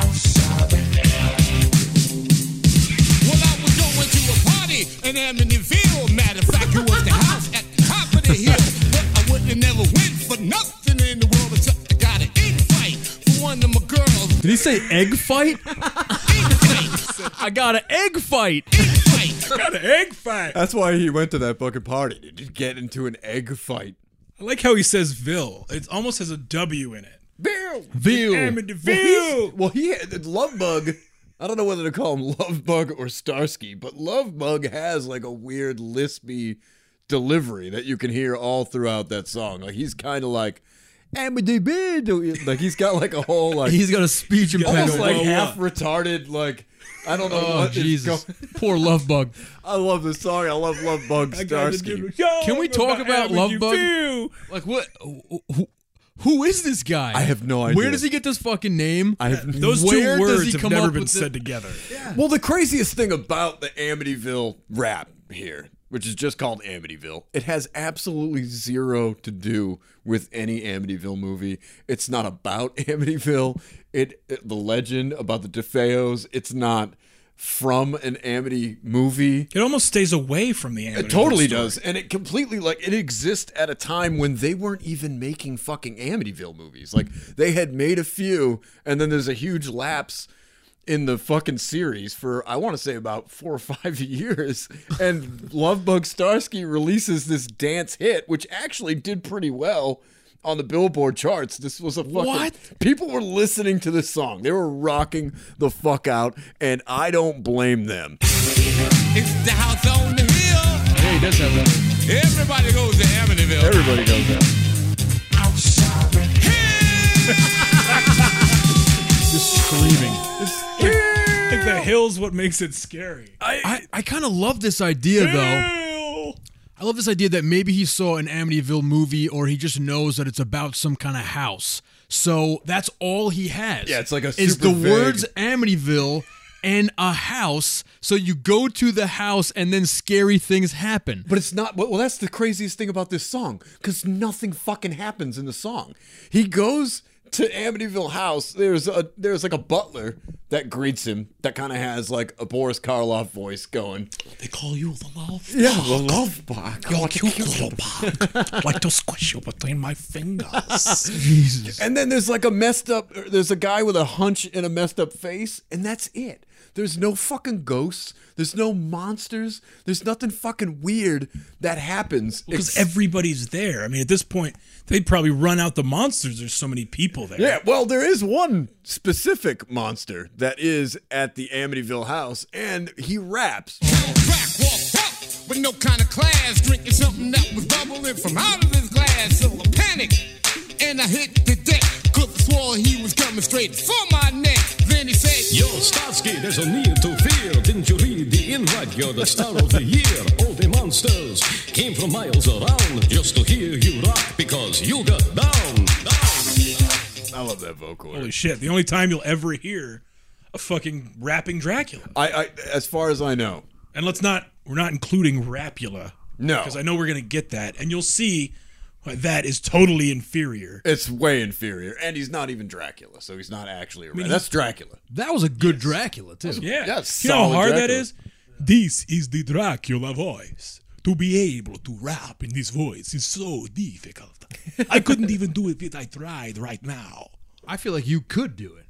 S14: Well, I was going to a party in Amityville. Matter of fact, it was the house at the top of the hill. But I wouldn't have never went for nothing in the world except I got an invite for one of my girls.
S6: Did he say egg fight? I got an egg fight.
S8: Got an egg fight.
S7: That's why he went to that fucking party, dude, to get into an egg fight.
S8: I like how he says Ville. It almost has a W in it.
S7: Bill!
S6: Veal.
S8: Amityville.
S7: Well, he had Love Bug. I don't know whether to call him Love Bug or Starsky, but Love Bug has like a weird lispy delivery that you can hear all throughout that song. Like he's kind of like "Amidabidu," like he's got like a whole like
S6: He's got a speech
S7: almost
S6: impediment.
S7: like half retarded like I don't know
S6: Oh
S7: what is
S6: Jesus!
S7: going-
S6: Poor love bug.
S7: I love this song. I love Love Bug Starsky.
S6: Can we talk about Love Bug? Like what? Who, who is this guy?
S7: I have no idea.
S6: Where does he get this fucking name?
S7: I have
S8: Those
S6: Where
S8: two
S6: does he
S8: words have
S6: come
S8: never
S6: up
S8: been
S6: with the-
S8: said together.
S7: Well, the craziest thing about the Amityville rap here, which is just called Amityville, it has absolutely zero to do with any Amityville movie. It's not about Amityville. It, it- the legend about the DeFeos. It's not from an Amity movie.
S8: It almost stays away from the Amityville.
S7: It totally
S8: story.
S7: does, and it completely like it exists at a time when they weren't even making fucking Amityville movies. Like they had made a few, and then there's a huge lapse in the fucking series for I want to say about four or five years. And Lovebug Starsky releases this dance hit, which actually did pretty well on the Billboard charts. This was a fucking
S6: What?
S7: people were listening to this song. They were rocking the fuck out, and I don't blame them.
S14: It's the house on the hill.
S6: Yeah, he does have that.
S14: Everybody goes to Amityville.
S7: Everybody knows that.
S6: Just screaming.
S8: Like the hills Smell's what makes it scary.
S6: I, I kind of love this idea though. I love this idea that maybe he saw an Amityville movie or he just knows that it's about some kind of house. So that's all he has.
S7: Yeah, it's like a
S6: Is
S7: super
S6: the
S7: vague-
S6: words Amityville and a house. So you go to the house and then scary things happen.
S7: But it's not. Well, that's the craziest thing about this song, because nothing fucking happens in the song. He goes to Amityville House. There's a there's like a butler that greets him that kind of has like a Boris Karloff voice going.
S8: They call you the love.
S7: Yeah, the love bug.
S8: You're cute little bug. like to squish you between my fingers.
S7: And then there's like a messed up. or There's a guy with a hunch and a messed up face, and that's it. There's no fucking ghosts. There's no monsters. There's nothing fucking weird that happens.
S8: Because
S7: Ex-
S8: everybody's there. I mean, at this point, they'd probably run out the monsters. There's so many people there.
S7: Yeah, well, there is one specific monster that is at the Amityville house, and he raps.
S15: with no kind of class, drinking something that was bubbling from out of his glass. So I panicked and I hit the deck, cause I swore he was coming straight for my neck. Then he said,
S16: Yo, Starsky, there's no need to fear. Didn't you read the invite? You're the star of the year. All the monsters came from miles around just to hear you rock because you got down.
S7: I love that vocal.
S8: Holy shit. The only time you'll ever hear a fucking rapping Dracula.
S7: I, I as far as I know.
S8: And let's not, we're not including Rapula.
S7: No.
S8: Because I know we're going to get that. And you'll see why that is totally inferior.
S7: It's way inferior, and he's not even Dracula, so he's not actually a
S8: mean,
S7: rat.
S8: he-
S7: That's Dracula.
S6: That was a good Dracula too.
S8: Yeah.
S7: That's
S8: you know how
S7: solid
S8: hard that
S7: Dracula.
S8: is? This is the Dracula voice. To be able to rap in this voice is so difficult. I couldn't even do it if I tried right now.
S6: I feel like you could do it.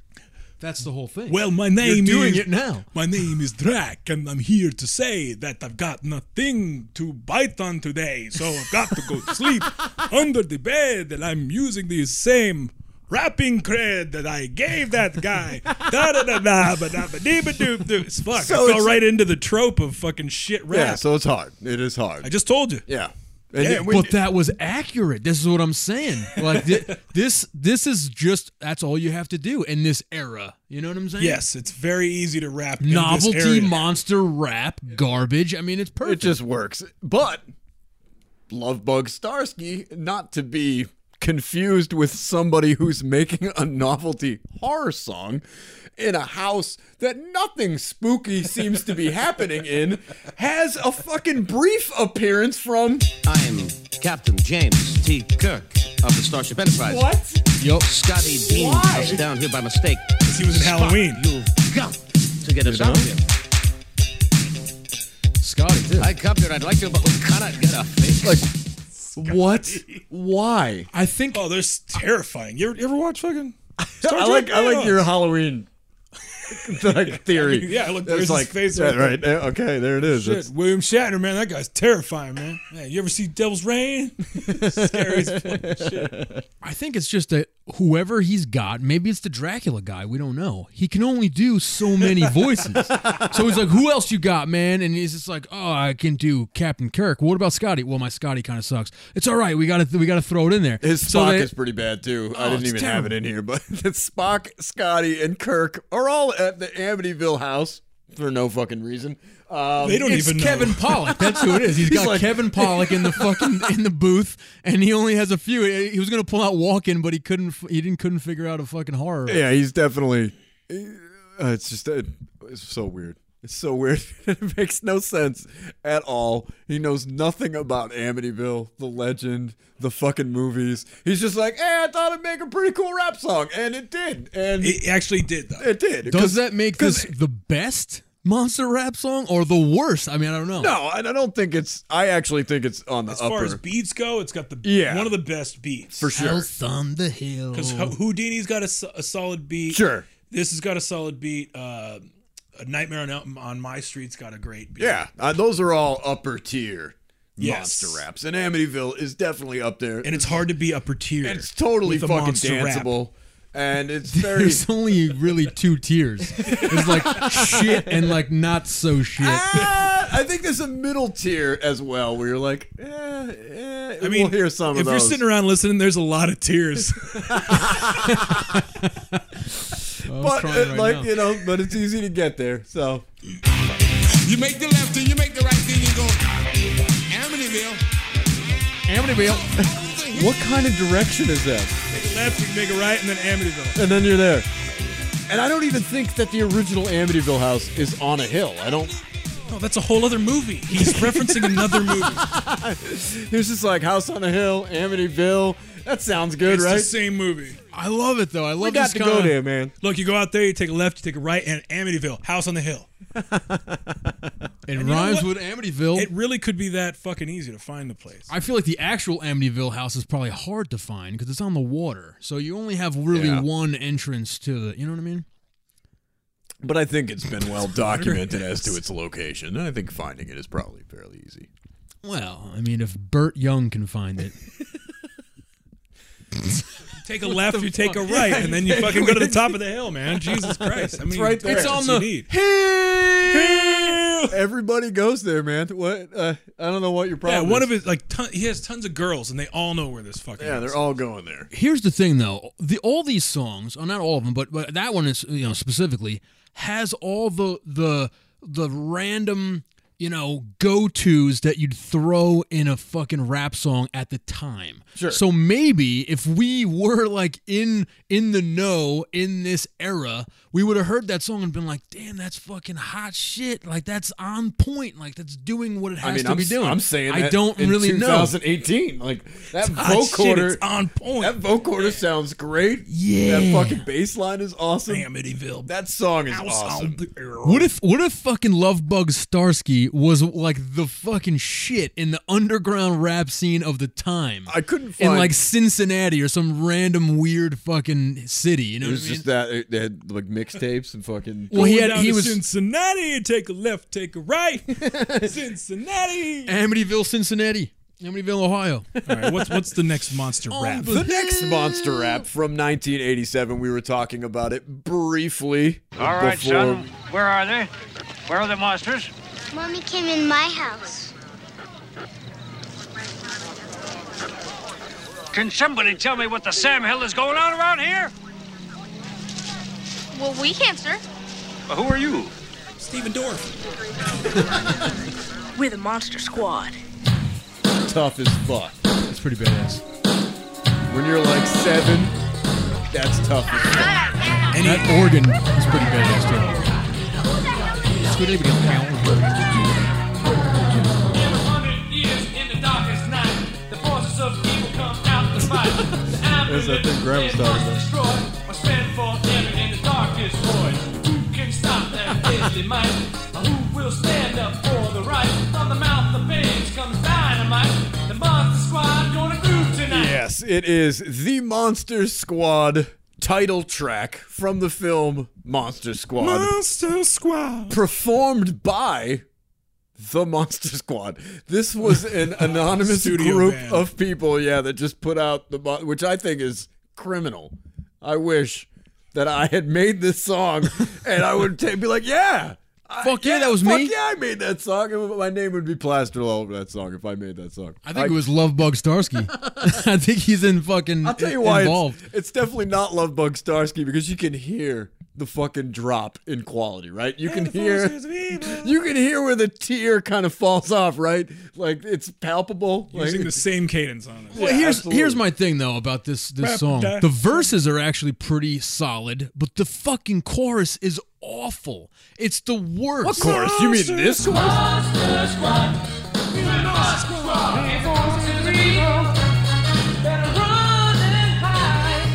S6: That's the whole thing.
S8: Well, my name
S6: You're doing
S8: is,
S6: it now.
S8: My name is Drac, and I'm here to say that I've got nothing to bite on today, so I've got to go to sleep under the bed, and I'm using the same rapping cred that I gave that guy. da da da da ba da ba dee ba doo doo. Fuck,
S7: So
S8: I fell
S7: it's-
S8: right into the trope of fucking shit rap.
S7: Yeah, so it's hard. It is hard.
S8: I just told you.
S7: Yeah.
S8: Yeah, we-
S6: but that was accurate. This is what I'm saying. Like thi- this, this is just that's all you have to do in this era. You know what I'm saying?
S8: Yes, it's very easy to rap. in this
S6: Novelty
S8: area.
S6: monster rap garbage. I mean, it's perfect.
S7: It just works. But Love Bug Starsky, not to be confused with somebody who's making a novelty horror song in a house that nothing spooky seems to be happening in, has a fucking brief appearance from.
S17: I'm Captain James T. Kirk of the Starship Enterprise.
S7: What?
S17: Yo, Scotty Dean
S7: Why?
S17: was down here by mistake.
S8: He was in
S17: Scott,
S8: Halloween.
S17: You've got to get us out of here.
S6: Scotty, too.
S17: I come here, I'd like to, but we cannot get a fix.
S7: What? Why?
S6: I think.
S8: Oh, they're s- terrifying. You ever, you ever watch fucking? Star
S7: I
S8: Trek?
S7: like I like
S8: Yeah.
S7: your Halloween like theory.
S8: Yeah, look,
S7: It's
S8: there's his face
S7: yeah,
S8: right there.
S7: right. there. Okay, there it is.
S8: Shit,
S7: It's-
S8: William Shatner, man, that guy's terrifying, man. Man, you ever see Devil's Rain? Scary as fuck. Shit.
S6: I think it's just that whoever he's got, maybe it's the Dracula guy. We don't know. He can only do so many voices. so he's like, "Who else you got, man?" And he's just like, "Oh, I can do Captain Kirk. What about Scotty? Well, my Scotty kind of sucks. It's all right. We got to we got to throw it in there."
S7: His Spock
S6: So they-
S7: is pretty bad too.
S6: Oh,
S7: I didn't
S6: it's
S7: even have it in here, but it's Spock, Scotty, and Kirk are all at the Amityville house for no fucking reason. Um,
S8: They don't
S6: it's Kevin Pollock. That's who it is. He's
S7: He's
S6: got
S7: like-
S6: Kevin Pollock in the fucking in the booth, and he only has a few. He he was gonna pull out Walken, but he couldn't. f- He didn't couldn't figure out a fucking horror.
S7: Yeah, he's definitely. Uh, it's just uh, it's so weird. It's so weird. it makes no sense at all. He knows nothing about Amityville, the legend, the fucking movies. He's just like, hey, I thought it'd make a pretty cool rap song, and it did, and it,
S8: It actually did, though.
S7: did. 'cause-
S6: Does that make this the best monster rap song or the worst? I mean, I don't know.
S7: No, and I don't think it's. I actually think it's on the
S8: As
S7: upper.
S8: far as beats go, it's got the
S7: Yeah.
S8: one of the best beats.
S7: For sure.
S6: House on the hill.
S8: Because Houdini's got a, s- a solid beat.
S7: Sure.
S8: This has got a solid beat. Uh, a Nightmare on, El- on My Street's got a great beat.
S7: yeah, uh, those are all upper tier
S8: Yes.
S7: monster raps, and Amityville is definitely up there.
S8: And it's hard to be upper tier.
S7: And it's totally
S8: with a
S7: fucking
S8: monster rap.
S7: danceable, and it's very.
S6: There's only really two tiers. There's like shit and like not so shit.
S7: Ah, I think there's a middle tier as well where you're like, eh, eh,
S8: I mean,
S7: we'll hear some
S8: if
S7: of
S8: you're
S7: those.
S8: sitting around listening, there's a lot of tears.
S7: I'm but
S6: trying
S7: it-
S6: right
S7: like
S6: now.
S7: you know, but it's easy to get there. So
S15: You make the left and you make the right, then you go Amityville.
S7: Amityville. what kind of direction is that?
S8: Make a left, you make a right, and then Amityville.
S7: And then you're there. And I don't even think that the original Amityville house is on a hill. I don't.
S8: No, Oh, that's a whole other movie. He's referencing another movie.
S7: There's just like House on a Hill, Amityville. That sounds good,
S8: it's
S7: right?
S8: the same movie.
S6: I love it though. I
S7: love got this to go kinda- there, man.
S8: Look, you go out there, you take a left, you take a right, and Amityville, House on the Hill.
S6: It
S8: And you know
S6: rhymes with
S8: what?
S6: Amityville.
S8: It really could be that fucking easy to find the place.
S6: I feel like the actual Amityville house is probably hard to find because it's on the water. So you only have really
S7: Yeah.
S6: one entrance to the. You know what I mean?
S7: But I think it's been well documented as to its location. And I think finding it is probably fairly easy.
S6: Well, I mean, if Burt Young can find it,
S8: Take a left, you take a right, and then you fucking go to the top of the hill, man. Jesus Christ! I mean,
S6: It's on
S8: you
S6: the
S8: need.
S7: hill. Everybody goes there, man. What? Uh, I don't know what your
S8: Yeah,
S7: problem.
S8: Uh, one
S7: is.
S8: of his like ton- he has tons of girls, and they all know where this fucking.
S7: Yeah,
S8: is.
S7: they're all going there.
S6: Here's the thing, though. The all these songs, or not all of them, but but that one is you know specifically has all the the the random you know go tos that you'd throw in a fucking rap song at the time.
S7: Sure.
S6: So maybe if we were like in in the know in this era, we would have heard that song and been like, "Damn, that's fucking hot shit! Like that's on point! Like that's doing what it has
S7: I mean,
S6: to
S7: I'm,
S6: be doing."
S7: I'm saying
S6: I
S7: that
S6: don't
S7: in
S6: really know.
S7: 2018, like that
S6: hot shit,
S7: vocoder
S6: it's
S8: Ah, on point.
S7: That vocoder sounds great.
S6: Yeah.
S7: that fucking bass line is awesome.
S8: Amityville.
S7: That song is
S8: House on
S7: awesome.
S8: the
S6: What if what if fucking Love Bug Starsky was like the fucking shit in the underground rap scene of the time?
S7: I couldn't
S6: in
S7: find-
S6: like Cincinnati or some random weird fucking city. You know
S7: it
S6: what
S7: was
S6: I mean?
S7: just that it- they had like mixtapes and fucking.
S6: Well, he
S8: Going
S6: had-
S8: down
S6: he
S8: to
S6: was-
S8: Cincinnati. Take a left, take a right. Cincinnati.
S6: Amityville, Cincinnati, Amityville, Ohio.
S8: All right, what's what's the next monster rap?
S7: the next monster rap from 1987. We were talking about it briefly.
S18: All right,
S7: before-
S18: son. Where are they? Where are the monsters?
S19: Mommy came in my house.
S18: Can somebody tell me what the Sam Hill is going on around here?
S19: Well, we can't, sir.
S18: Well, who are you?
S8: Stephen Dorff.
S20: We're the Monster Squad.
S7: tough as fuck.
S6: It's pretty badass.
S7: When you're like seven, that's tough as fuck.
S6: And that organ is pretty badass too.
S21: The forces of evil come out to fight. And I
S7: There's that thing Grandma's talking about.
S21: destroy or stand forever in the darkest void. Who can stop that deadly might? Or who will stand up for the right? From the mouth of babes comes dynamite. The monster squad gonna groove tonight.
S7: Yes, it is the Monster Squad title track from the film Monster Squad,
S8: Monster Squad.
S7: performed by the Monster Squad. This was an anonymous
S8: Studio
S7: group
S8: band.
S7: of people, yeah, that just put out the mon- which I think is criminal. I wish that I had made this song and I would ta- be like, yeah. I-
S6: Fuck yeah, that was
S7: fuck
S6: me.
S7: yeah, I made that song. and My name would be plastered all over that song if I made that song.
S6: I think it was Love Bug Starsky. I think he's in fucking.
S7: I'll tell you why
S6: involved.
S7: it's, it's definitely not Love Bug Starsky because you can hear the fucking drop in quality, right? You can hear you can hear where the tear kind of falls off, right? Like it's palpable. Like,
S8: Using the same cadence on it.
S6: Well, here's here's my thing though about this this
S8: Rap
S6: song.
S8: da-
S6: The verses are actually pretty solid, but the fucking chorus is awful. It's the worst.
S7: What chorus? You mean this chorus?
S21: Monster squad. We're the monster squad. And forces of evil better run and hide.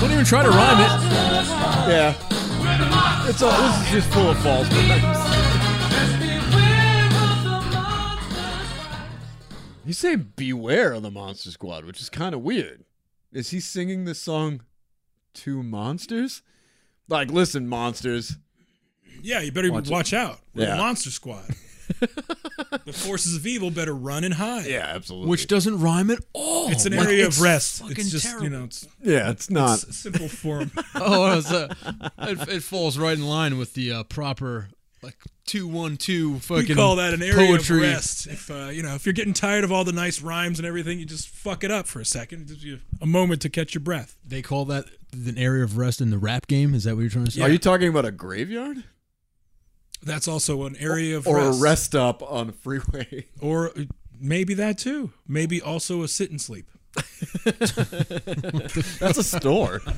S6: Don't even try to rhyme it.
S21: Monster squad.
S7: Yeah.
S21: We're the monster
S7: It's all this is just full of false notes.
S21: Let's beware of the monster
S7: He's saying beware of the Monster Squad, which is kind of weird. Is he singing this song to monsters? Like, listen, monsters.
S8: Yeah, you better
S7: Watch
S8: watch,
S7: it.
S8: out. We're
S7: Yeah.
S8: the Monster Squad. the forces of evil better run and hide.
S7: Yeah, Oh, absolutely.
S6: Which doesn't rhyme at all.
S8: It's an
S6: Like,
S8: area
S6: it's
S8: of rest.
S6: fucking
S8: It's just
S6: terrible.
S8: you know, it's
S7: Yeah, it's not.
S8: a simple form.
S6: oh, it's, uh, it, it falls right in line with the uh, proper like two one two fucking.
S8: we call that an area
S6: poetry.
S8: of rest. If uh, you know, if you're getting tired of all the nice rhymes and everything, you just fuck it up for a second. It gives you a moment to catch your breath.
S6: They call that an area of rest in the rap game. Is that what you're trying to say?
S7: Are you talking about a graveyard
S8: That's also an area of
S7: or
S8: rest.
S7: a rest stop on a freeway?
S8: or uh, maybe that too. Maybe also a sit and sleep.
S7: That's a store.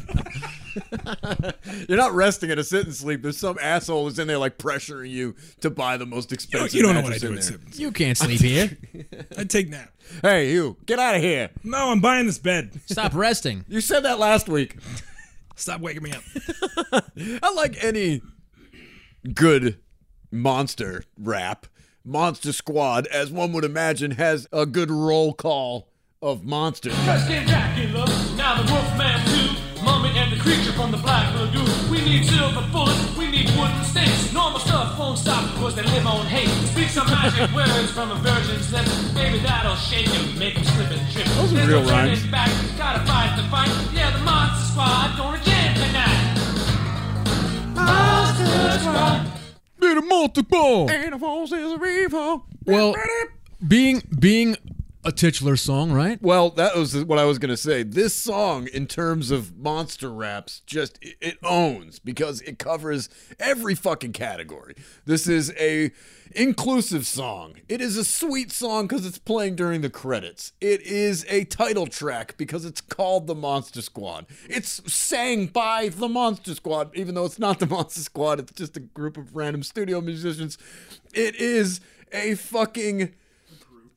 S7: You're not resting at a sit and sleep. There's some asshole who's in there like pressuring you to buy the most expensive.
S8: you don't know what
S7: mattress
S8: I do
S7: in
S8: at
S7: there.
S8: sit and
S6: You can't sleep here.
S8: I take nap.
S7: Hey, you, get out of here.
S8: No, I'm buying this bed.
S6: Stop resting.
S7: You said that last week.
S8: Stop waking me up.
S7: I like any good monster rap. Monster Squad, as one would imagine, has a good roll call of monsters.
S21: Dressed in Dracula, now the Wolfman too. Mummy and the creature from the Black Lagoon. We need silver bullets, we need wooden stakes. Normal stuff won't stop because they live on hate. Speak some magic words from a virgin's lips. Maybe that'll shake him, make him slip and trip.
S7: Those are
S21: There's
S7: real
S21: no turning
S7: rhymes.
S21: Back. Gotta fight the fight. Yeah, the Monster Squad gonna jam tonight. Monster Squad.
S6: Need a multiple.
S7: Animals is a evil.
S6: Well, being being a titular song, right?
S7: Well, that was what I was going to say. This song, in terms of monster raps, just it, it owns because it covers every fucking category. This is a inclusive song. It is a sweet song because it's playing during the credits. It is a title track because it's called the Monster Squad. It's sang by the Monster Squad, even though it's not the Monster Squad. It's just a group of random studio musicians. It is a fucking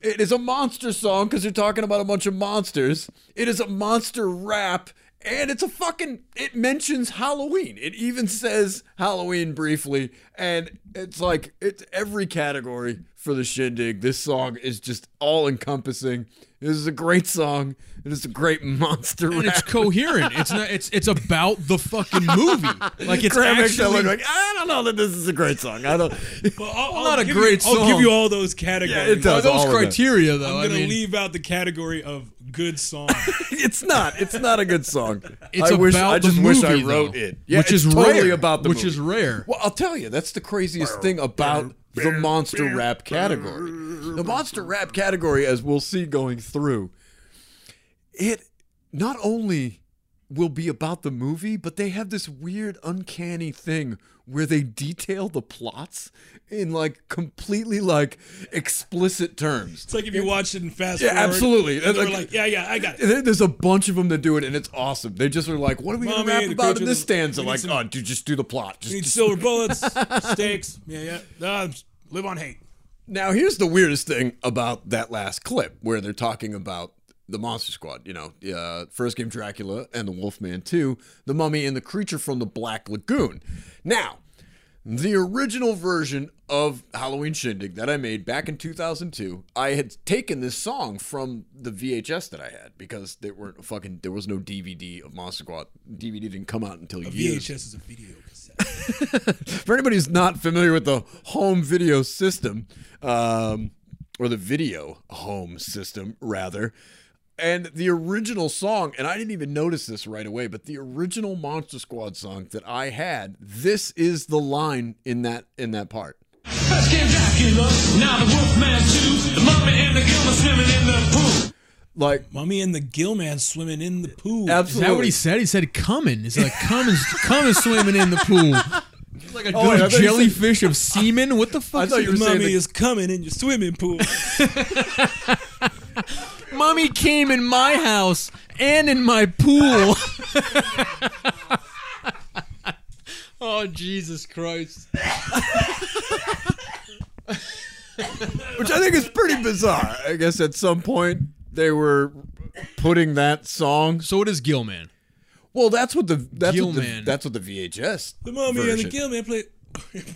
S7: it is a monster song because you're talking about a bunch of monsters. It is a monster rap, and it's a fucking. It mentions Halloween. It even says Halloween briefly, and it's like it's every category for the shindig. This song is just all encompassing. This is a great song. It is a great monster
S6: And
S7: rap.
S6: it's coherent. It's not. It's it's about the fucking movie. Like it's
S7: Graham makes that
S6: actually
S7: look like I don't know that this is a great song. I don't.
S8: Well, I'll,
S6: not
S8: I'll
S6: a
S8: give
S6: great
S8: you, I'll give
S6: song.
S8: you all those categories.
S7: Yeah, it does.
S6: Are those
S7: all of it.
S6: criteria though?
S8: I'm
S6: I
S8: gonna
S6: mean,
S8: leave out the category of good song.
S7: it's not. It's not a good song.
S6: It's
S7: I wish,
S6: about
S7: I just
S6: the
S7: wish
S6: movie,
S7: I wrote
S6: though,
S7: it. Yeah,
S6: which
S7: it's
S6: is
S7: totally
S6: rare,
S7: about the
S6: which
S7: movie.
S6: is rare.
S7: Well, I'll tell you, that's the craziest thing about the monster rap category. The monster rap category, as we'll see going through, it not only will be about the movie, but they have this weird, uncanny thing where they detail the plots in like completely like explicit terms.
S8: It's like if you watch it in fast
S7: Yeah,
S8: forward.
S7: absolutely.
S8: And they're
S7: Like-
S8: like, yeah, yeah, I got it.
S7: There- There's a bunch of them that do it, and it's awesome. They just are like, "What are we going
S8: Mommy,
S7: to rap
S8: the
S7: about
S8: creature
S7: in this
S8: that-
S7: stanza?"
S8: we need
S7: Like,
S8: some-
S7: "Oh, dude, just do the plot." Just,
S8: Need
S7: just-
S8: silver bullets, steaks. Yeah, yeah. Ah, just live on hate.
S7: Now, here's the weirdest thing about that last clip where they're talking about the Monster Squad. You know, uh, first game Dracula and the Wolfman Two, the Mummy and the Creature from the Black Lagoon. Now, the original version of Halloween Shindig that I made back in 2002, I had taken this song from the VHS that I had because there weren't fucking there was no DVD of Monster Squad. DVD didn't come out until
S8: A
S7: years.
S8: VHS is a video cassette.
S7: For anybody who's not familiar with the home video system, um, or the video home system, rather, and the original song, and I didn't even notice this right away, but the original Monster Squad song that I had, this is the line in that in that part.
S21: First came Dracula, now the Wolfman too. The mummy and the girl are swimming in the pool.
S7: Like
S8: Mummy and the Gill Man swimming in the pool.
S6: Is that what
S7: absolutely.
S6: he said? He said "coming." It's like "coming, coming, swimming in the pool." It's Like a
S7: Oh, wait, I thought you said-
S6: jellyfish of semen. What the fuck?
S7: I thought you
S8: The
S7: were saying
S8: mummy
S7: the-
S8: is coming in your swimming pool.
S6: Mommy came in my house and in my pool. oh Jesus Christ!
S7: which I think is pretty bizarre. I guess at some point they were putting that song.
S6: So it is Gilman.
S7: Well, that's what the that's what the,
S6: Gilman.
S7: that's what the VHS.
S8: The mummy and the
S7: version-
S8: Gill Man play,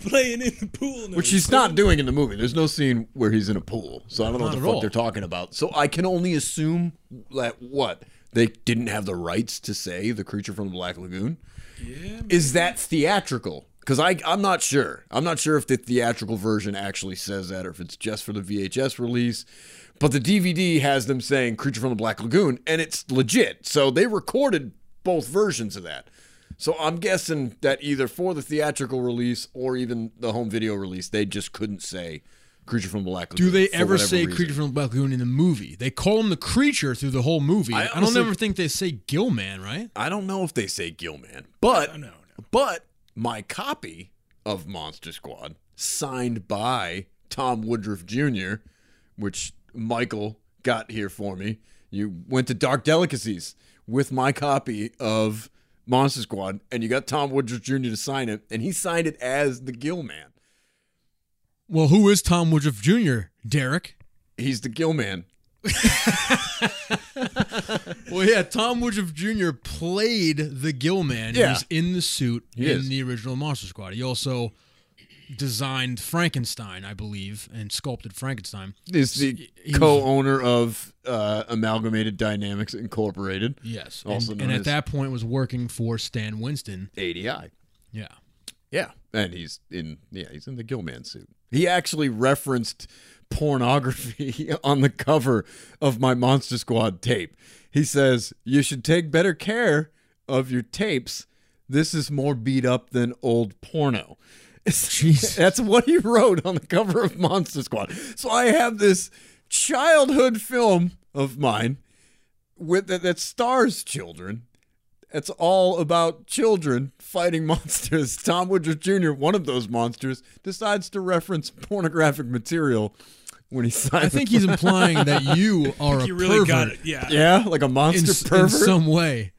S8: playing in the pool. No,
S7: Which he's not doing in the movie. There's no scene where he's in a pool. So I don't know what
S6: Not
S7: the
S6: at
S7: fuck
S6: all.
S7: they're talking about. So I can only assume that what? They didn't have the rights to say the creature from the Black Lagoon? Yeah. Is that theatrical? Because I'm not sure. I'm not sure if the theatrical version actually says that or if it's just for the VHS release. But the DVD has them saying Creature from the Black Lagoon, and it's legit. So they recorded both versions of that. So I'm guessing that either for the theatrical release or even the home video release, they just couldn't say Creature from the Black Lagoon.
S6: Do they
S7: for
S6: ever
S7: whatever
S6: say
S7: reason.
S6: creature from the Black Lagoon in the movie? They call him the creature through the whole movie. I, don't
S7: honestly-
S6: ever think they say Gillman, right?
S7: I don't know if they say Gillman, but but my copy of Monster Squad, signed by Tom Woodruff Jr., which Michael got here for me. You went to Dark Delicacies with my copy of Monster Squad, and you got Tom Woodruff Jr. to sign it, and he signed it as the Gill Man.
S6: Well, who is Tom Woodruff Jr., Derek?
S7: He's the Gill Man.
S6: Well, yeah, Tom Woodruff Jr. played the Gillman.
S7: Yeah.
S6: He's in the suit
S7: He
S6: in
S7: is.
S6: the original Monster Squad. He also designed Frankenstein, I believe, and sculpted Frankenstein.
S7: Is the
S6: He was-
S7: co-owner of uh, Amalgamated Dynamics Incorporated.
S6: Yes.
S7: also
S6: and,
S7: known
S6: and at
S7: as
S6: that point was working for Stan Winston.
S7: ADI.
S6: Yeah.
S7: Yeah, and he's in. Yeah, he's in the Gillman suit. He actually referenced pornography on the cover of my Monster Squad tape. He says you should take better care of your tapes. This is more beat up than old porno. That's what he wrote on the cover of Monster Squad. So I have this childhood film of mine with that, that stars children. It's all about children fighting monsters. Tom Woodruff Jr., one of those monsters, decides to reference pornographic material when he signs.
S6: I think he's implying that you are a
S7: you
S6: pervert.
S7: really got it, yeah. Yeah, like a monster
S6: in, s-
S7: pervert?
S6: in some way.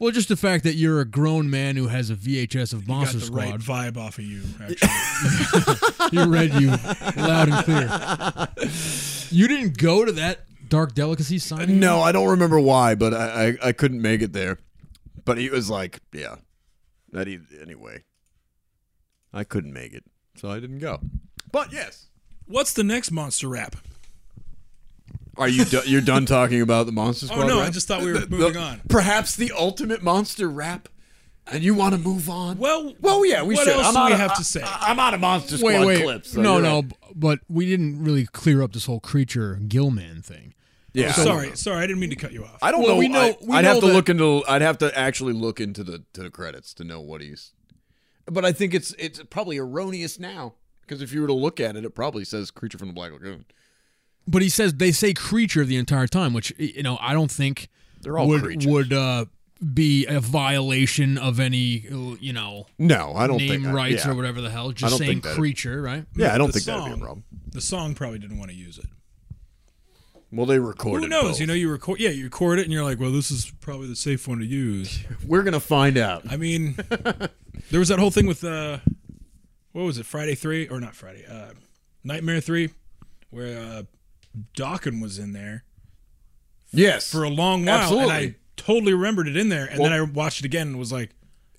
S6: Well, just the fact that you're a grown man who has a VHS of
S8: got
S6: Monster
S8: the
S6: Squad.
S8: right vibe off of you. Actually,
S6: you read you loud and clear. You didn't go to that dark delicacy signing.
S7: No, I don't remember why, but I, I, I couldn't make it there. But he was like, yeah, that he, anyway. I couldn't make it, so I didn't go. but yes.
S8: What's the next monster rap?
S7: Are you do- you're done talking about the Monster
S8: Oh,
S7: Squad?
S8: no, I
S7: rap?
S8: just thought we were
S7: The- the-
S8: moving on.
S7: Perhaps the ultimate monster rap, and you want to move on?
S8: Well,
S7: well, yeah, we
S8: what
S7: should.
S8: else
S7: I'm
S8: do
S7: out
S8: we
S7: of-
S8: have
S7: I-
S8: to say?
S7: I'm out of Monster Squad
S6: Wait, wait,
S7: clips. so
S6: no,
S7: you're
S6: no,
S7: right.
S6: b- but we didn't really clear up this whole creature Gillman thing.
S7: Yeah.
S6: So-
S8: sorry, sorry, I didn't mean to cut you off.
S7: I don't
S6: Well,
S7: know.
S6: we know-
S7: I,
S6: we
S7: would have
S6: know
S7: to
S6: that-
S7: look into. I'd have to actually look into the to the credits to know what he's. But I think it's it's probably erroneous now because if you were to look at it, it probably says "Creature from the Black Lagoon."
S6: But he says they say creature the entire time, which y- you know I don't think
S7: They're all
S6: would
S7: creatures.
S6: would uh, be a violation of any uh, you know
S7: No, I don't
S6: name
S7: think I-
S6: rights
S7: uh, yeah.
S6: or whatever the hell.
S7: I
S6: Just
S7: don't
S6: saying
S7: think that-
S6: creature, right?
S7: Yeah, I don't
S8: The
S7: think that'd be a
S8: song-
S7: problem.
S8: The song probably didn't want to use it.
S7: Well, they recorded.
S8: Who knows?
S7: both.
S8: You know, you record. Yeah, you record it, and you're like, well, this is probably the safe one to use.
S7: We're gonna find out.
S8: I mean, there was that whole thing with uh, what was it? Friday three or not Friday? Uh, Nightmare three, where uh, Dawkins was in there
S7: Yes,
S8: for a long while, and I
S7: Absolutely.
S8: totally remembered it in there, and
S7: Well-
S8: then I watched it again and was like,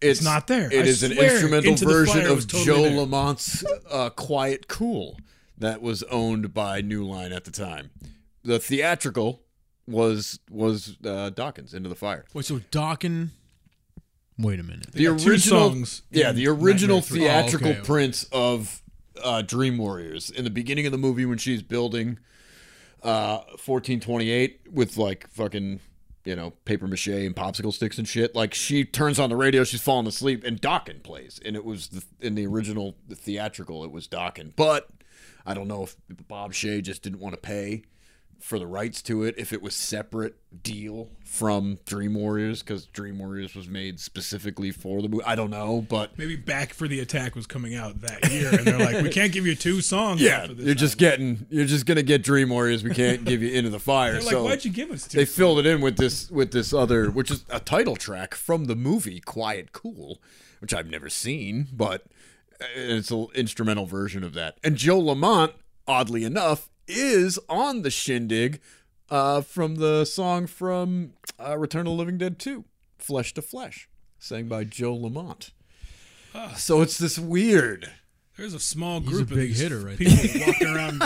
S7: It's,
S8: it's, not there.
S7: It
S8: I
S7: is an
S8: swear,
S7: instrumental
S8: Into the
S7: version
S8: Fire was
S7: of
S8: totally
S7: Joe
S8: there.
S7: Lamont's uh, "Quiet Cool" that was owned by New Line at the time. The theatrical was was uh, Dawkins "Into the Fire."
S6: Wait, so Dawkins. Wait a minute.
S7: The
S8: got two
S7: original
S8: songs
S7: yeah,
S8: in
S7: the original
S8: Nightmare Three.
S7: theatrical
S6: Oh, okay.
S7: prints of uh, Dream Warriors in the beginning of the movie when she's building uh, 1428 with like fucking you know paper mache and popsicle sticks and shit. Like she turns on the radio, she's falling asleep, and Dawkins plays. And it was the, in the original the theatrical, it was Dawkins, but I don't know if Bob Shea just didn't want to pay for the rights to it if it was separate deal from Dream Warriors because Dream Warriors was made specifically for the movie. I don't know, but
S8: Maybe Back for the Attack was coming out that year, and they're like, we can't give you two songs.
S7: yeah,
S8: off of this
S7: you're just getting you're just gonna get Dream Warriors. We can't give you Into the Fire.
S8: They're like,
S7: so
S8: "Why'd you give us two
S7: They filled it in with this with this other, which is a title track from the movie Quiet Cool, which I've never seen, but uh, it's an instrumental version of that. And Joe Lamont, oddly enough, is on the shindig uh, from the song from uh, Return of the Living Dead 2, Flesh to Flesh, sang by Joe Lamont.
S8: Ah.
S7: So it's this weird.
S8: There's a small
S6: He's a
S8: group of
S6: big
S8: these
S6: hitter right
S8: people walking around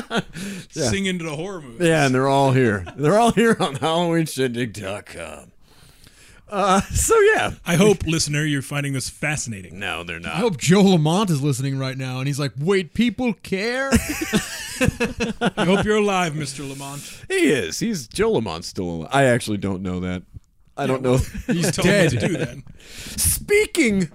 S8: singing to the horror movie.
S7: Yeah, and they're all here. They're all here on HalloweenShindig.com. Uh, so yeah,
S8: I hope, listener, you're finding this fascinating.
S7: No, they're not.
S6: I hope Joe Lamont is listening right now, and he's like, "Wait, people care."
S8: I hope you're alive, Mr. Lamont.
S7: He is. He's Joe Lamont's still alive. I actually don't know that. I don't know.
S8: He's dead. To do that.
S7: Speaking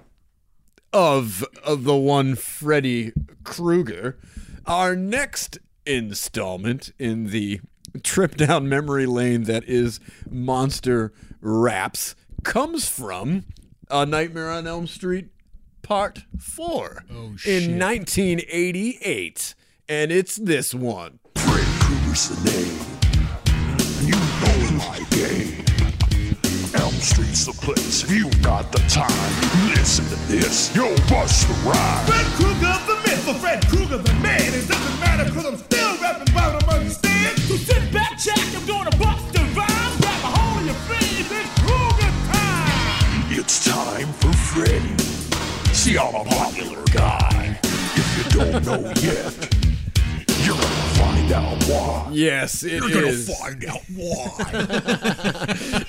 S7: of of the one Freddy Krueger, our next installment in the trip down memory lane that is Monster Raps comes from A Nightmare on Elm Street Part 4
S20: Oh,
S7: in 1988 and it's this one.
S20: Freddy Krueger's the name. And you know my game. Elm Street's the place. If you got the time, listen to this. You'll bust the rhyme.
S22: Fred Krueger the myth, or Fred Krueger the man. It doesn't matter cause I'm still rapping about him, understand? So sit back, check, I'm gonna bust the rhyme. Grab a hold of your face, it's Krueger time.
S20: It's time for Freddy. See, I'm a popular guy. If you don't know yet, you're gonna find out why.
S7: Yes, it
S20: you're gonna
S7: is.
S20: find out why.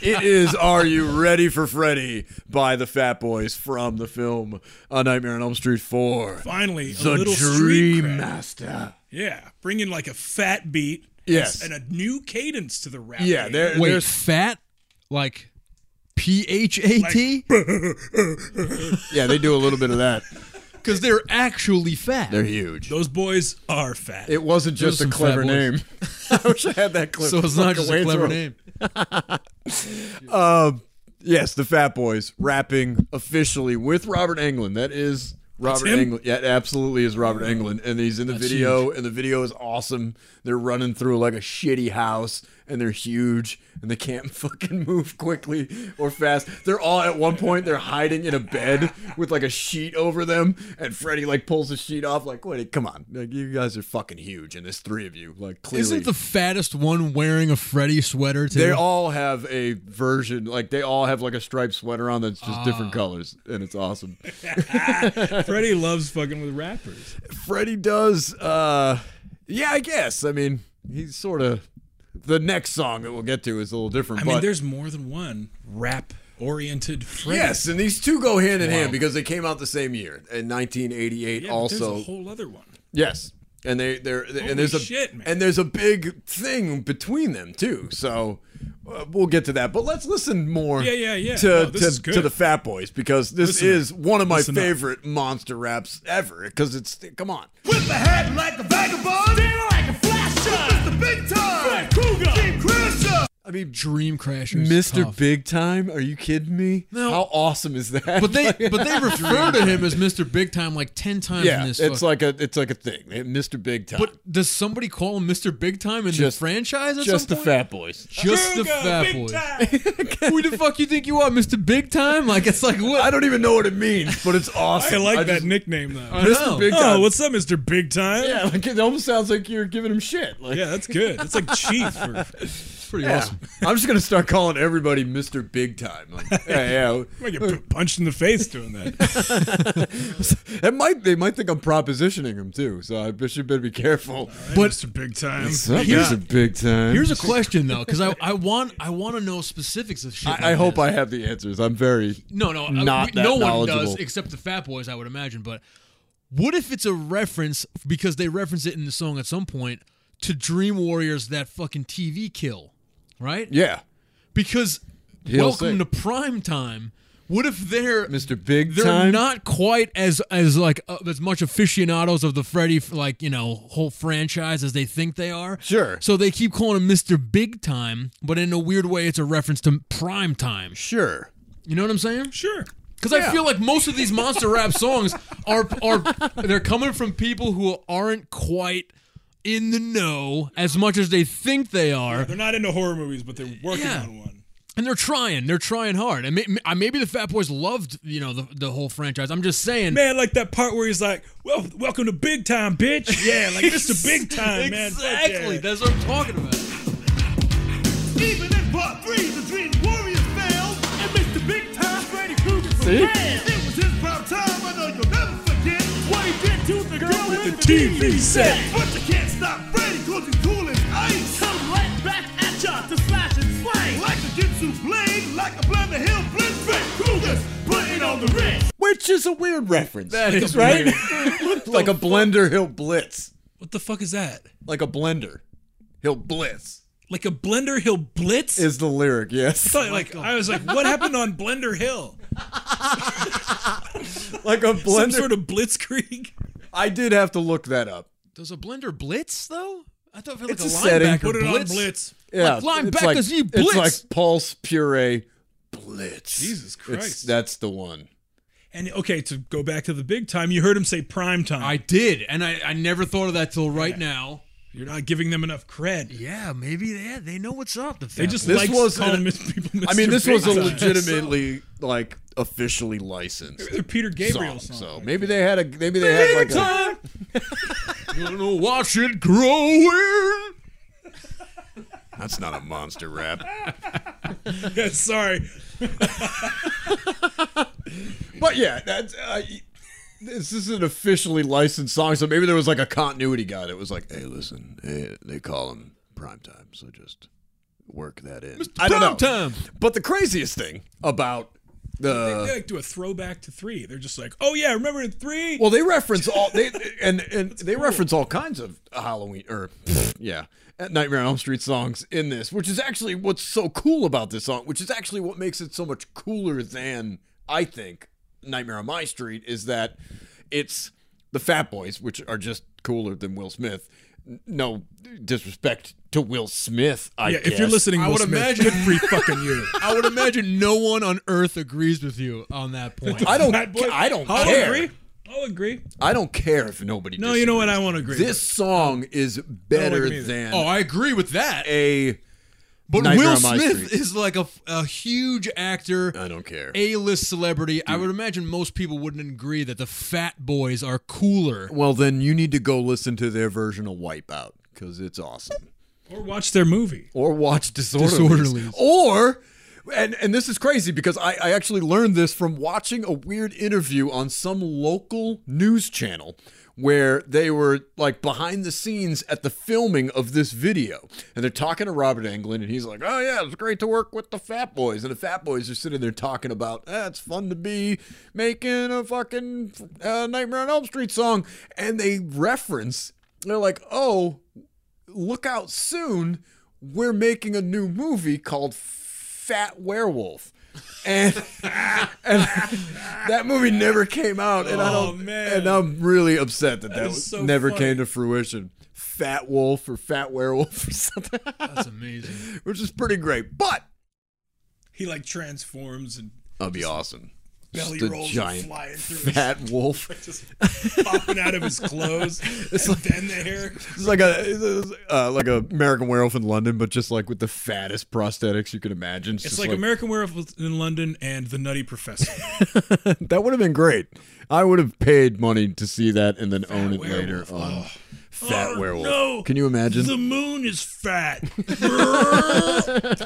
S7: it is Are You Ready for Freddy by the Fat Boys from the film A Nightmare on Elm Street 4.
S8: Finally, a
S7: the
S8: little street
S7: Dream
S8: cred.
S7: Master.
S8: Yeah, bring in like a fat beat.
S7: Yes.
S8: And a new cadence to the rap.
S7: Yeah, there,
S6: Wait,
S7: there's
S6: fat? Like P H A T?
S7: Yeah, they do a little bit of that.
S6: Because they're actually fat.
S7: They're huge.
S8: Those boys are fat.
S7: It wasn't
S6: Those
S7: just
S6: are
S7: a
S6: some fat
S7: clever name.
S6: boys.
S7: I wish I had that clip.
S6: So it's
S7: Fucking
S6: not just
S7: way
S6: a clever
S7: through.
S6: name.
S7: Um, yes, the Fat Boys rapping officially with Robert Englund. That is Robert
S8: him?
S7: Englund. Yeah, it absolutely is Robert Englund. And he's in the
S8: That's
S7: video, and the video is awesome. They're running through like a shitty house, and they're huge, and they can't fucking move quickly or fast. They're all at one point, they're hiding in a bed with like a sheet over them, and Freddie like pulls the sheet off, like, wait, come on. Like, you guys are fucking huge, and there's three of you. Like, clearly.
S6: Isn't the fattest one wearing a Freddy sweater too?
S7: They all have a version, like they all have like a striped sweater on that's just different
S8: Ah.
S7: colors, and it's awesome.
S8: Freddie loves fucking with rappers.
S7: Freddie does, uh, yeah, I guess. I mean, he's sort of the next song that we'll get to is a little different.
S8: I
S7: but
S8: mean, there's more than one rap oriented Freddy.
S7: yes, and these two go hand in hand
S8: Wow.
S7: because they came out the same year in 1988.
S8: Yeah, but
S7: also,
S8: there's a whole other one.
S7: yes, and they they're they-
S8: Holy
S7: and there's a
S8: shit, man.
S7: and there's a big thing between them too. So. Uh, we'll get to that, but let's listen more
S8: Yeah, yeah, yeah.
S7: to
S8: No, this
S7: to,
S8: is good.
S7: to the Fat Boys because this
S8: Listen
S7: is
S8: up.
S7: one of my
S8: Listen up.
S7: favorite monster raps ever. Because it's come on,
S22: Whip a head like a vagabond. Damn like a flash shot. It's the big time. Fred Krueger. Team Crusher.
S7: I mean,
S6: Dream Crashers.
S7: Mr.
S6: Tough.
S7: Big Time, are you kidding me? How awesome is that?
S6: But they but they refer to him as Mr. Big Time like ten times
S7: yeah,
S6: in this.
S7: it's like
S6: fuck-
S7: a it's like a thing, eh, Mr. Big Time.
S6: But does somebody call him Mr. Big Time in
S7: Just-
S6: the franchise? At
S7: just the
S6: some point?
S7: Fat Boys.
S6: Just the
S8: Kruger,
S6: fat
S8: big
S6: boys.
S8: time.
S6: Who the fuck you think you are, Mr. Big Time? Like it's like what?
S7: I don't even know what it means, but it's
S8: I
S7: awesome.
S8: like that
S7: just-
S8: nickname though.
S6: I know.
S7: Mr. Big Time.
S8: Oh, what's up, Mister Big Time?
S7: yeah, like it almost sounds like you're giving him shit. Like,
S8: Yeah, that's good. That's like Chief. Or,
S6: It's pretty
S7: yeah.
S6: awesome.
S7: I'm just gonna start calling everybody Mr. Big Time. Like, yeah, yeah.
S8: I might get p- punched in the face doing that.
S7: It might they might think I'm propositioning him too, so I bet you better be careful.
S8: but Mr. Big Time.
S7: here's a big time.
S6: Here's a question though, because I, I want I want to know specifics of shit. like
S7: I, I hope
S6: this.
S7: I have the answers. I'm very
S6: No, no, I-
S7: not
S6: we-
S7: that
S6: no one
S7: knowledgeable.
S6: does except the Fat Boys, I would imagine. But what if it's a reference because they reference it in the song at some point to Dream Warriors that fucking TV kill, right?
S7: yeah,
S6: Because
S7: He'll
S6: welcome
S7: sing.
S6: to prime time. What if they're
S7: Mr. Big
S6: they're
S7: Time.
S6: not quite as as like uh, as much aficionados of the Freddy like you know whole franchise as they think they are.
S7: Sure.
S6: So they keep calling him Mr. Big Time, but in a weird way, it's a reference to prime time.
S7: sure.
S6: You know what I'm saying?
S8: Sure.
S6: Because I feel like most of these monster rap songs are are they're coming from people who aren't quite in the know as much as they think they are,
S8: They're not into horror movies, but they're working
S6: Yeah.
S8: on one.
S6: and they're trying. They're trying hard. And may, may- maybe the Fat Boys loved you know the, the whole franchise. I'm just saying.
S8: Man, like that part where he's like, "Well, welcome to Big Time, bitch." Yeah, like Mr. Big Time, man. Fuck
S6: Exactly.
S8: yeah.
S6: That's what I'm talking about.
S22: Even in part three, the Dream Warriors failed. And Mr. Big Time Freddy Krueger from
S7: See?
S22: Man. It was his prime time. I know you'll never forget what he did to the girl,
S8: with
S22: with
S8: the TV set.
S22: But you can't stop Freddy 'cause he's cool as ice. Come right back at ya to slash and slay. Like a Jitsu blade, like a Blender Hill blitz. Freddy Krueger's putting on the wrist.
S7: Which is a weird reference.
S6: That is
S7: right. like a blender, he'll blitz.
S8: What the fuck is that?
S7: Like a blender, he'll blitz.
S8: Like a Blender Hill blitz?
S7: Is the lyric, yes.
S8: I thought, like I was like, what happened on Blender Hill?
S7: like a
S8: Some
S7: blender.
S8: sort of blitzkrieg.
S7: I did have to look that up.
S6: Does a blender blitz though? I thought it was like
S7: It's
S6: a,
S7: a setting.
S6: linebacker
S7: Put it on
S6: blitz.
S7: blitz. Yeah,
S6: like
S7: it's like,
S6: linebackers, you blitz.
S7: It's like pulse puree blitz.
S8: Jesus
S7: It's-
S8: Christ.
S7: that's the one.
S8: And okay, to go back to the big time, you heard him say prime time.
S6: I did, and I, I never thought of that till right now.
S8: You're not giving them enough cred.
S6: Yeah, maybe yeah, they know what's up. The
S8: They just
S6: fat boys.
S8: like
S7: was
S8: calling
S7: an-
S8: mis- people Mr.
S7: I mean, this was a
S8: Big Time.
S7: legitimately like officially licensed.
S8: They're Peter Gabriel
S7: song,
S8: songs.
S7: So maybe they had a maybe they had like a.
S6: Gonna watch it growing.
S7: That's not a monster rap.
S8: Yeah, sorry.
S7: But yeah, that's uh, this is an officially licensed song, so maybe there was like a continuity guy that was like, "Hey, listen, eh, they call him primetime, so just work that in." I don't know.
S6: Primetime.
S7: But the craziest thing about
S8: they,
S7: the
S8: like do a throwback to three. They're just like, oh yeah, remember in three?
S7: well, they reference all they and and they reference all kinds of Halloween or yeah, Nightmare on Elm Street songs in this, which is actually what's so cool about this song, which is actually what makes it so much cooler than I think Nightmare on My Street is that it's the Fat Boys, which are just cooler than Will Smith. N- No disrespect to Will Smith, I
S8: Yeah, if you're
S7: guess.
S8: listening,
S6: I
S8: Will
S6: would
S8: Smith,
S6: imagine-
S8: good for you fucking you.
S6: I would imagine no one on earth agrees with you on that point.
S7: I don't.
S8: Fat Boy-
S7: I don't
S8: I'll
S7: care.
S8: agree. I'll agree.
S7: I don't care if nobody.
S8: No, you know what?
S7: disagrees.
S8: I won't agree.
S7: This song is better
S8: like him either.
S7: than
S6: Oh, I agree with that.
S7: a
S6: But
S7: Nightmare
S6: Will
S7: on My
S6: Smith
S7: Street.
S6: is like a, a huge actor.
S7: I don't care.
S6: A-list celebrity. I would imagine most people wouldn't agree that the Fat Boys are cooler.
S7: Well, then you need to go listen to their version of Wipeout because it's awesome.
S8: Or watch their movie.
S7: Or watch Disorderlies.
S6: Disorderlies.
S7: Or, and and this is crazy because I, I actually learned this from watching a weird interview on some local news channel where they were like behind the scenes at the filming of this video. And they're talking to Robert Englund and he's like, oh yeah, it's great to work with the Fat Boys. And the Fat Boys are sitting there talking about, ah, it's fun to be making a fucking uh, Nightmare on Elm Street song. And they reference, they're like, oh, look out soon. We're making a new movie called Fat Werewolf. And, and that movie never came out, and I
S8: Oh,
S7: don't.
S8: man.
S7: And I'm really upset that that,
S8: is
S7: was-
S8: so
S7: never
S8: funny.
S7: came to fruition. Fat Wolf or Fat Werewolf or something,
S6: That's amazing.
S7: which is pretty great. But
S8: He like transforms and
S7: that'd be awesome.
S8: belly
S7: Just a
S8: rolls
S7: giant
S8: and flying through his-
S7: fat wolf.
S8: just popping out of his clothes and then the hair.
S7: It's like a it's, uh, like a American Werewolf in London, but just like with the fattest prosthetics you could imagine.
S8: It's
S7: just
S8: like, American Werewolf in London and The Nutty Professor.
S7: That would have been great. I would have paid money to see that and then own it later on Fat
S8: Oh,
S7: Werewolf.
S8: no.
S7: Can you imagine?
S8: the moon is fat.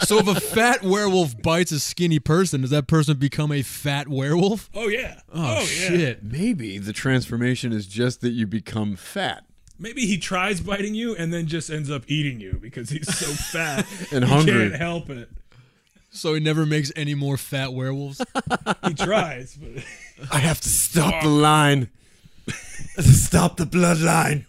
S6: So if a fat werewolf bites a skinny person, does that person become a fat werewolf?
S8: oh yeah.
S6: Oh,
S8: yeah.
S6: shit.
S7: Maybe the transformation is just that you become fat
S8: Maybe he tries biting you and then just ends up eating you because he's so fat
S7: And
S8: he
S7: hungry.
S8: Can't help it.
S6: So he never makes any more fat werewolves?
S8: He tries, but
S7: I have to stop the line. stop the bloodline.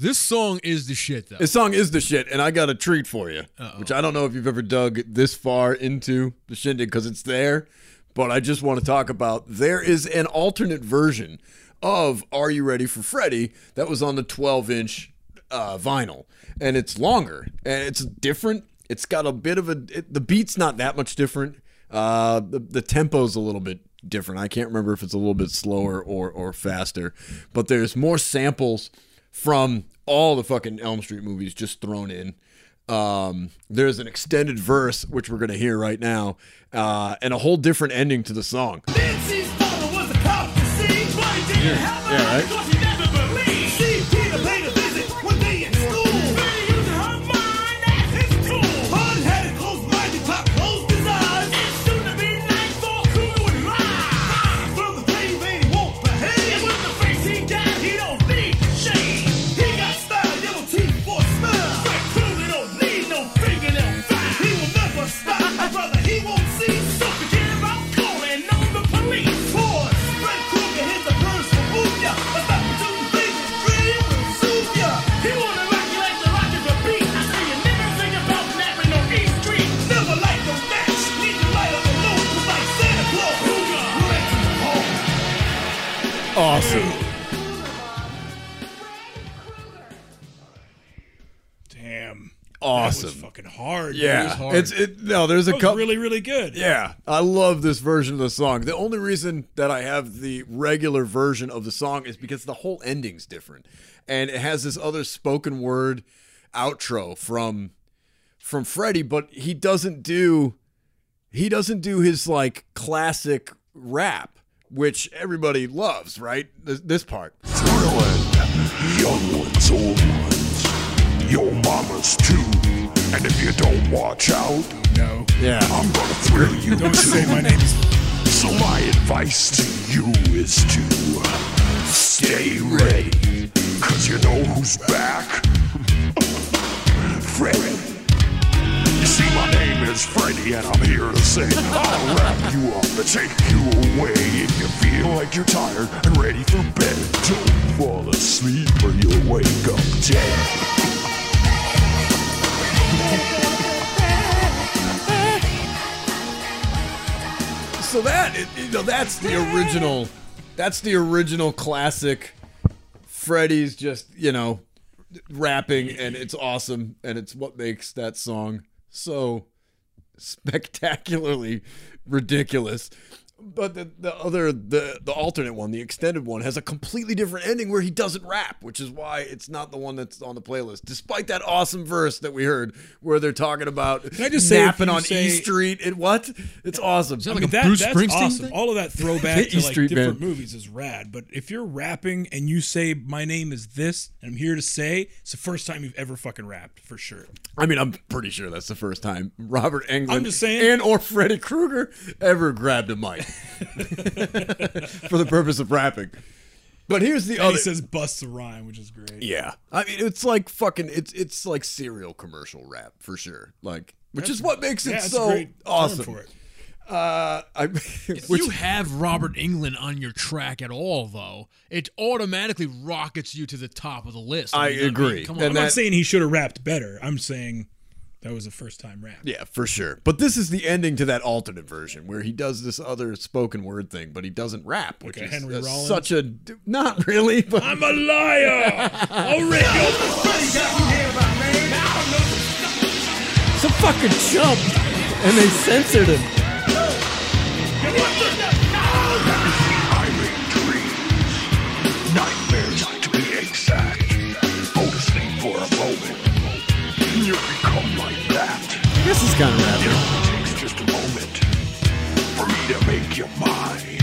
S6: this song is the shit, though.
S7: This song is the shit, and I got a treat for you, which I don't know if you've ever dug this far into the shindig because it's there, but I just want to talk about. There is an alternate version of "Are You Ready for Freddy" that was on the 12-inch uh, vinyl, and it's longer and it's different. It's got a bit of a it- the beat's not that much different. Uh, the, the tempo's a little bit different. I can't remember if it's a little bit slower or or faster, but there's more samples from all the fucking Elm Street movies just thrown in. Um, there's an extended verse which we're gonna hear right now, uh, and a whole different ending to the song.
S13: Nancy's father was a cop to see, but he didn't have a
S7: yeah, right.
S13: because he never believed. See, Peter paid a visit one day in school. Betty using her mind as his tool. Bud had a close-minded cop, closed his eyes. It's soon to be night for Kuru and Rye. From the pain made he won't behave. And when the face he died, he don't need shade. He got style, yellow teeth for a smile. Fred Krueger don't need no fingernail file. He will never stop, my brother, he won't cease. So forget about calling on the police. Boys, Fred Krueger, here's a verse from Ooh-ya. About
S7: awesome.
S8: Damn.
S7: Awesome.
S8: That was fucking hard. dude.
S7: Yeah,
S8: It was hard.
S7: it's it. No, there's a
S8: That was
S7: couple
S8: really, really good.
S7: Yeah, I love this version of the song. The only reason that I have the regular version of the song is because the whole ending's different, and it has this other spoken word outro from from Freddie, but he doesn't do he doesn't do his like classic rap, which everybody loves, right? This, this part.
S20: Young ones, old ones, your mamas too. And if you don't watch out, no,
S7: yeah,
S20: I'm gonna thrill you. don't say my name. So my advice to you is to stay ready, cause you know who's back, Freddy. You see, my name is Freddy, and I'm here to say I'll wrap you up and take you away if you feel like you're tired and ready for bed. Don't fall asleep or you'll wake up dead.
S7: So that it- you know, that's the original. That's the original classic. Freddie's just you know rapping, and it's awesome, and it's what makes that song so spectacularly ridiculous. But the, the other the the alternate one, the extended one, has a completely different ending where he doesn't rap, which is why it's not the one that's on the playlist. Despite that awesome verse that we heard, where they're talking about
S8: Can I just say if
S7: napping
S8: you
S7: on
S8: say-
S7: E Street, it what? It's awesome.
S8: I mean, that- that's awesome. All of that throwback to like different movies is rad. But if you're rapping and you say, "My name is this," and I'm here to say, it's the first time you've ever fucking rapped for sure.
S7: I mean, I'm pretty sure that's the first time Robert Englund
S8: I'm just saying.
S7: and or Freddy Krueger ever grabbed a mic for the purpose of rapping. But here's Oh, the
S8: And
S7: other.
S8: He says, "Bust the rhyme," which is great.
S7: yeah, I mean, it's like fucking. It's it's like serial commercial rap for sure. Like, which
S8: That's-
S7: is what makes
S8: yeah,
S7: it
S8: that's a
S7: so
S8: great term
S7: awesome.
S8: for it.
S7: Uh, I,
S6: If you have Robert England on your track at all, though, it automatically rockets you to the top of the list. mean, mean, come on.
S8: I'm not saying he should have rapped better. I'm saying that was a first time rap.
S7: Yeah, for sure. But this is the ending to that alternate version where he does this other spoken word thing, but he doesn't rap, which
S8: Like a
S7: is
S8: Henry
S7: uh,
S8: Rollins?
S7: such a not really. But
S8: I'm a liar. I'll rip your
S7: It's a fucking chump, and they censored him.
S20: Nightmares to be exact. Go to sleep for a moment. You become like that.
S7: This is kind of rap.
S20: It only takes just a moment for me to make you mine.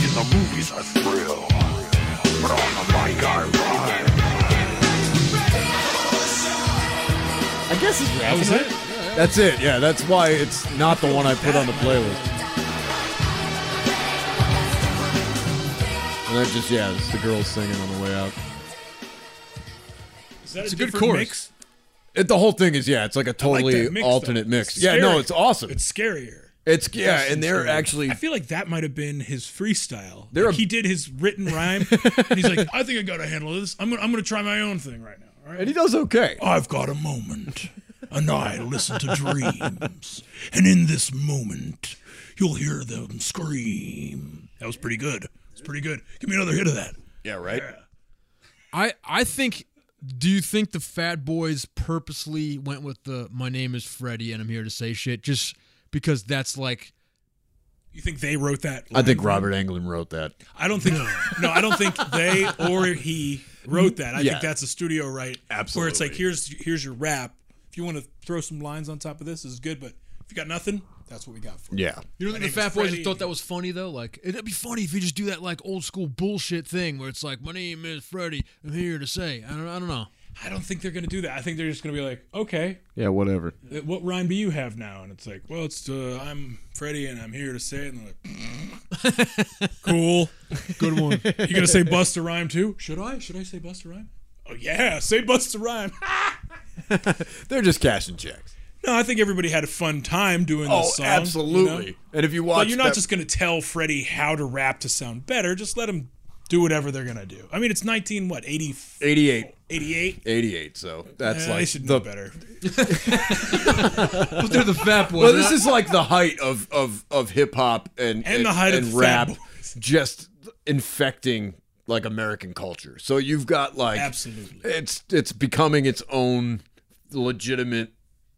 S20: In the movies, I thrill, but on the mic, I rhyme.
S7: I guess it's
S8: That was it?
S7: That's it. Yeah, that's why it's not the one I put on the playlist. And that just yeah, it's the girls singing on the way out.
S8: Is that
S6: It's
S8: a,
S6: a good
S8: different
S6: chorus.
S8: mix?
S7: It, the whole thing is yeah, it's like a
S8: I like that
S7: totally
S8: mix, though.
S7: alternate mix.
S8: It's
S7: yeah, no,
S8: scary.
S7: it's awesome.
S8: It's scarier.
S7: It's yeah,
S8: It's
S7: and they're
S8: scarier.
S7: actually
S8: I feel like that might have been his freestyle.
S7: They're
S8: Like,
S7: a-
S8: he did his written rhyme, and he's like, "I think I got to handle this. I'm gonna, I'm gonna try my own thing right now." All right.
S7: and he does okay.
S8: I've got a moment, and I listen to dreams. And in this moment, you'll hear them scream. That was pretty good. It's pretty good. Give me another hit of that.
S7: Yeah, right.
S6: I I think. Do you think the Fat Boys purposely went with the "My name is Freddie and I'm here to say shit" just because that's like
S8: You think they wrote that?
S7: I think
S8: line?
S7: Robert Englund wrote that.
S8: I don't think. no, I don't think they or he wrote that. I
S7: Yeah.
S8: think that's a studio right. Where it's like
S7: Absolutely.
S8: here's here's your rap. If you want to throw some lines on top of this, this is good. But if you got nothing, that's what we got for you.
S7: Yeah.
S6: You don't think the
S8: My name is
S6: Fat Boys
S8: Freddie.
S6: thought that was funny though? Like it'd be funny if you just do that like old school bullshit thing where it's like, "My name is Freddie. I'm here to say." I don't, I don't know.
S8: I don't think they're gonna do that. I think they're just gonna be like, okay,
S7: Yeah, whatever.
S8: Uh, what rhyme do you have now? And it's like, well, it's uh, I'm Freddie and I'm here to say it. And they're like, cool,
S6: good one.
S8: You gonna say Busta Rhyme too? Should I? Should I say Busta Rhyme? Oh yeah, say Busta Rhyme.
S7: They're just cashing checks.
S8: no, I think everybody had a fun time doing
S7: Oh,
S8: this song.
S7: absolutely. And if you watch
S8: but you're not
S7: that-
S8: just gonna tell Freddie how to rap to sound better. Just let him do whatever they're gonna do. I mean, it's 19 what 80
S7: 88.
S8: 88.
S7: 88, so that's
S8: Eh,
S7: like
S8: they should
S7: the
S8: know better.
S6: But they're the Fat Boys.
S7: Well, this is like the height of of of hip hop and
S8: And the height of
S7: and
S8: the Fat
S7: rap. Just infecting like American culture. So you've got like
S8: Absolutely.
S7: it's it's becoming its own legitimate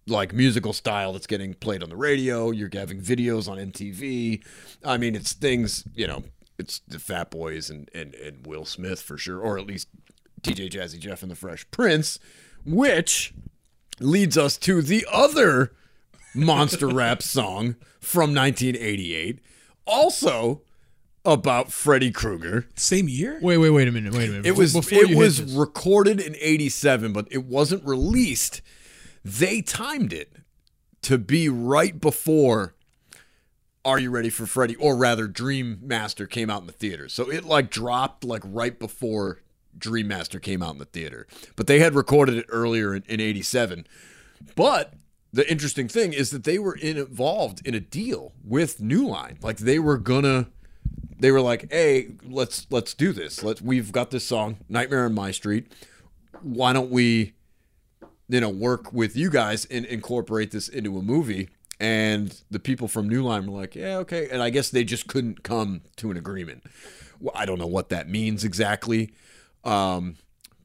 S7: like musical style that's getting played on the radio. You're having videos on MTV. I mean, it's things you know. It's the Fat Boys and and and Will Smith for sure, or at least TJ Jazzy Jeff and the Fresh Prince, which leads us to the other monster rap song from 1988, also about Freddy Krueger.
S8: Same year?
S6: Wait, wait, wait a minute. Wait a minute.
S7: It was
S6: Before you
S7: it
S6: hit
S7: was
S6: this.
S7: recorded in 87, but it wasn't released. They timed it to be right before Are You Ready for Freddy or rather Dream Master came out in the theater. So it like dropped like right before Dream Master came out in the theater. But they had recorded it earlier in, in 87. But the interesting thing is that they were in, involved in a deal with New Line. Like they were gonna they were like, "Hey, let's let's do this. Let's we've got this song, Nightmare on My Street. Why don't we, you know, work with you guys and incorporate this into a movie?" And the people from New Line were like, "Yeah, okay." And I guess they just couldn't come to an agreement. Well, I don't know what that means exactly, um,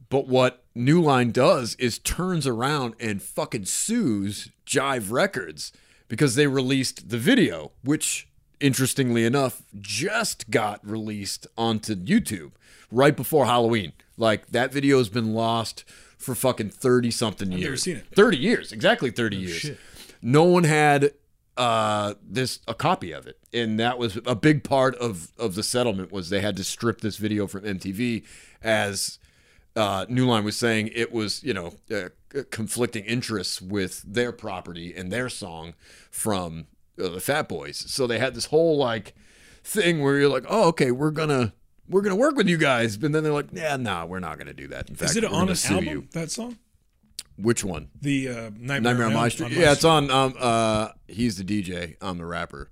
S7: but what New Line does is turns around and fucking sues Jive Records because they released the video, which interestingly enough just got released onto YouTube right before Halloween. Like that video has been lost for fucking 30 something years.
S8: never seen it.
S7: 30 years, exactly 30 years.
S8: shit.
S7: No one had uh this a copy of it and that was a big part of of the settlement was they had to strip this video from MTV as uh New Line was saying it was you know uh, conflicting interests with their property and their song from uh, the Fat Boys so they had this whole like thing where you're like oh okay we're going to we're going to work with you guys but then they're like yeah no nah, we're not going to do that in fact
S8: Is it
S7: we're gonna
S8: on an
S7: sue
S8: album?
S7: you
S8: That song?
S7: which one
S8: The uh, Nightmare,
S7: Nightmare on My Street. Yeah, it's on. Um, uh, he's the DJ. I'm the rapper.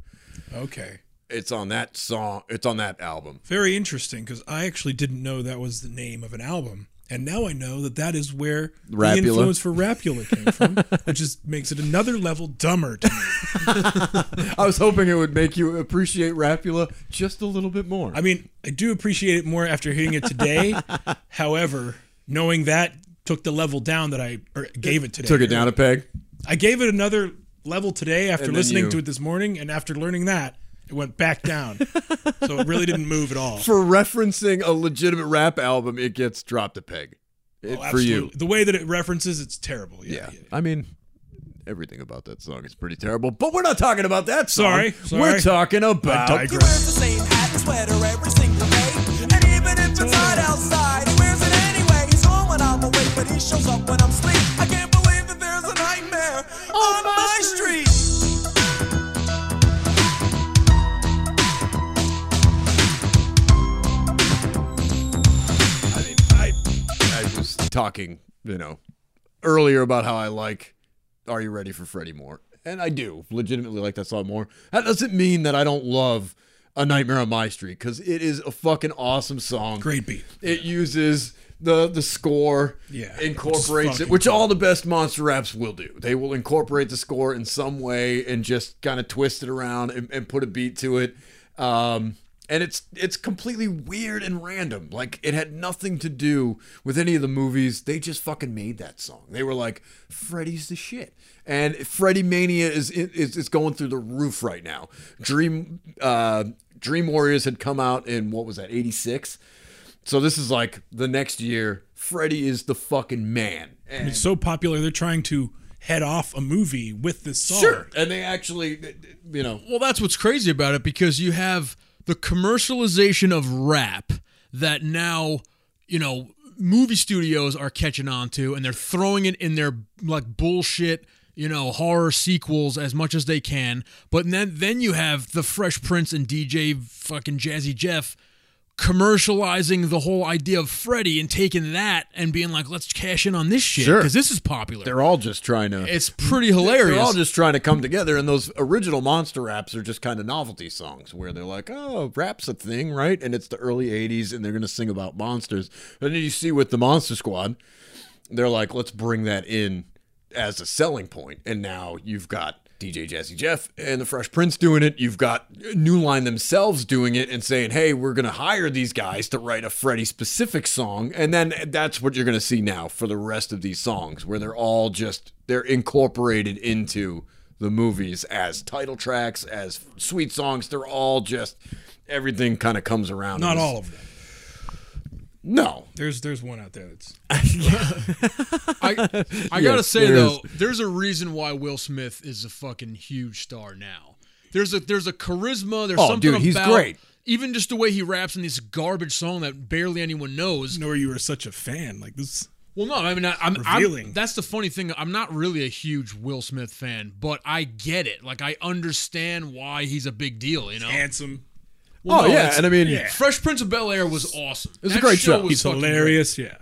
S8: Okay.
S7: It's on that song. It's on that album.
S8: Very interesting because I actually didn't know that was the name of an album. And now I know that that is where
S7: Rapula.
S8: the influence for Rapula came from, which just makes it another level dumber to me.
S7: I was hoping it would make you appreciate Rapula just a little bit more.
S8: I mean, I do appreciate it more after hearing it today. However, knowing that took the level down that I or gave it today.
S7: Took it down a peg.
S8: I gave it another level today after
S7: And then
S8: listening
S7: you-
S8: to it this morning, and after learning that, it went back down. so it really didn't move at all.
S7: For referencing a legitimate rap album, it gets dropped a peg. It-
S8: Oh,
S7: for you.
S8: absolutely. the way that it references, it's terrible. Yeah.
S7: Yeah. I mean, everything about that song is pretty terrible, but we're not talking about that song.
S8: Sorry,
S7: We're
S8: sorry.
S7: talking about.
S8: I digress.
S15: the same hat and sweater every single day. And even if it's hot outside, he wears it anyway. He's home when I'm awake, but he shows up when I'm asleep. I can't believe that there's a nightmare on my street.
S7: I was talking, you know, earlier about how I like Are You Ready for Freddy more. And I do legitimately like that song more. That doesn't mean that I don't love A Nightmare on My Street because it is a fucking awesome song.
S8: Great beat.
S7: It uses the the score,
S8: Yeah,
S7: incorporates
S8: it's
S7: it, which all the best monster raps will do. They will incorporate the score in some way and just kind of twist it around and, and put a beat to it. Um, and it's it's completely weird and random. Like it had nothing to do with any of the movies. They just fucking made that song. They were like, "Freddy's the shit," and Freddy Mania is is, is going through the roof right now. Dream uh, Dream Warriors had come out in what was that eighty six. So this is like the next year. Freddy is the fucking man.
S8: I mean, it's so popular, they're trying to head off a movie with this song.
S7: and they actually, you know,
S6: Well, that's what's crazy about it because you have the commercialization of rap that now, you know, movie studios are catching on to and they're throwing it in their like bullshit, you know, horror sequels as much as they can. But then then you have the Fresh Prince and DJ fucking Jazzy Jeff commercializing the whole idea of Freddy and taking that and being like, let's cash in on this shit
S7: Sure.
S6: because this is popular.
S7: they're all just trying to.
S6: It's pretty hilarious.
S7: They're all just trying to come together, and those original monster raps are just kind of novelty songs where they're like, "Oh, rap's a thing, right?" And it's the early '80s, and they're gonna sing about monsters. And then you see with the Monster Squad, they're like, "Let's bring that in as a selling point," and now you've got DJ Jazzy Jeff and the Fresh Prince doing it. You've got New Line themselves doing it and saying, hey, we're going to hire these guys to write a Freddie specific song. And then that's what you're going to see now for the rest of these songs, where they're all just, they're incorporated into the movies as title tracks, as sweet songs. They're all just, everything kind of comes around.
S8: Not
S7: It was-
S8: all of them.
S7: No.
S8: There's there's one out there that's.
S6: I, I gotta
S7: Yes,
S6: say
S7: there
S6: though,
S7: is.
S6: there's a reason why Will Smith is a fucking huge star now. There's a there's a charisma. There's
S7: Oh,
S6: something
S7: dude, he's
S6: about
S7: great.
S6: even just the way he raps in this garbage song that barely anyone knows.
S8: Nor you were such a fan. Like this.
S6: Well, no, I mean, I, I'm,
S8: Revealing.
S6: I'm that's the funny thing. I'm not really a huge Will Smith fan, but I get it. Like I understand why he's a big deal. You know,
S8: handsome.
S7: Oh, yeah, and I mean- Yeah.
S6: Fresh Prince of Bel Air was awesome.
S7: It was
S6: That
S7: a great show.
S6: was fucking great.
S8: Yeah.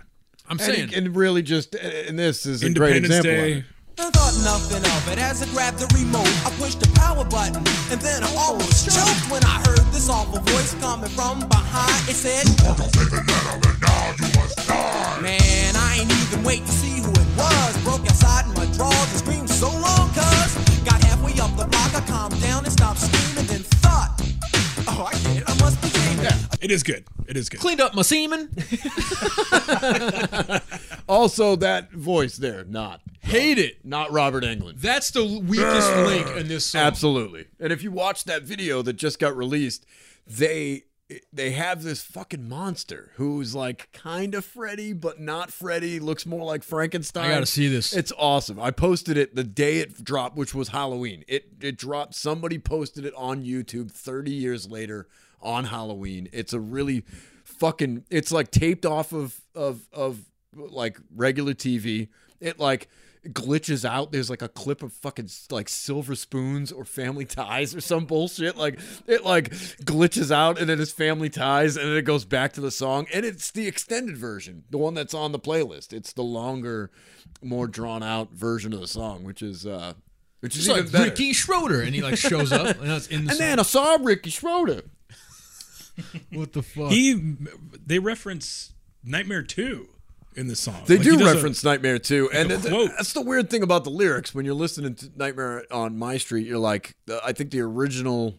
S6: I'm
S7: And he-
S6: saying.
S7: And, really just, and this is a great
S8: Independence
S7: example. of
S8: Day.
S7: it.
S15: I thought nothing of it as I grabbed the remote. I pushed the power button, and then I almost choked when I heard this awful voice coming from behind. It said, Man, I ain't even wait to see who it was. Broke outside in my drawers and screamed so long, cuz. Got halfway up the block, I calmed down and stopped screaming, then thought, Oh, I get it, I must be dreaming.
S8: It is good. It is good.
S6: Cleaned up my semen.
S7: Also, that voice there, not
S6: hate it,
S7: not Robert Englund.
S6: That's the weakest link in this song.
S7: Absolutely. And if you watch that video that just got released, they they have this fucking monster who's like kind of Freddy, but not Freddy. Looks more like Frankenstein.
S6: I gotta see this.
S7: It's awesome. I posted it the day it dropped, which was Halloween. It it dropped. Somebody posted it on YouTube 30 years later on Halloween. It's a really fucking. It's like taped off of of of like regular TV. It like glitches out. There's like a clip of fucking like Silver Spoons or Family Ties or some bullshit. Like it like glitches out and then it's Family Ties and then it goes back to the song and it's the extended version, the one that's on the playlist. It's the longer, more drawn out version of the song, which is uh, which
S6: It's
S7: is
S6: like
S7: even better.
S6: Ricky Schroeder, and he, like, shows up, and it's in
S7: And
S6: the song.
S7: then I saw Ricky Schroeder.
S6: What the fuck?
S8: He, they reference Nightmare Two in the song.
S7: They
S8: Like, he
S7: do
S8: does a-
S7: reference Nightmare too, and
S8: a
S7: th- th-
S8: quote.
S7: that's the weird thing about the lyrics. When you're listening to Nightmare on My Street, you're like, uh, I think the original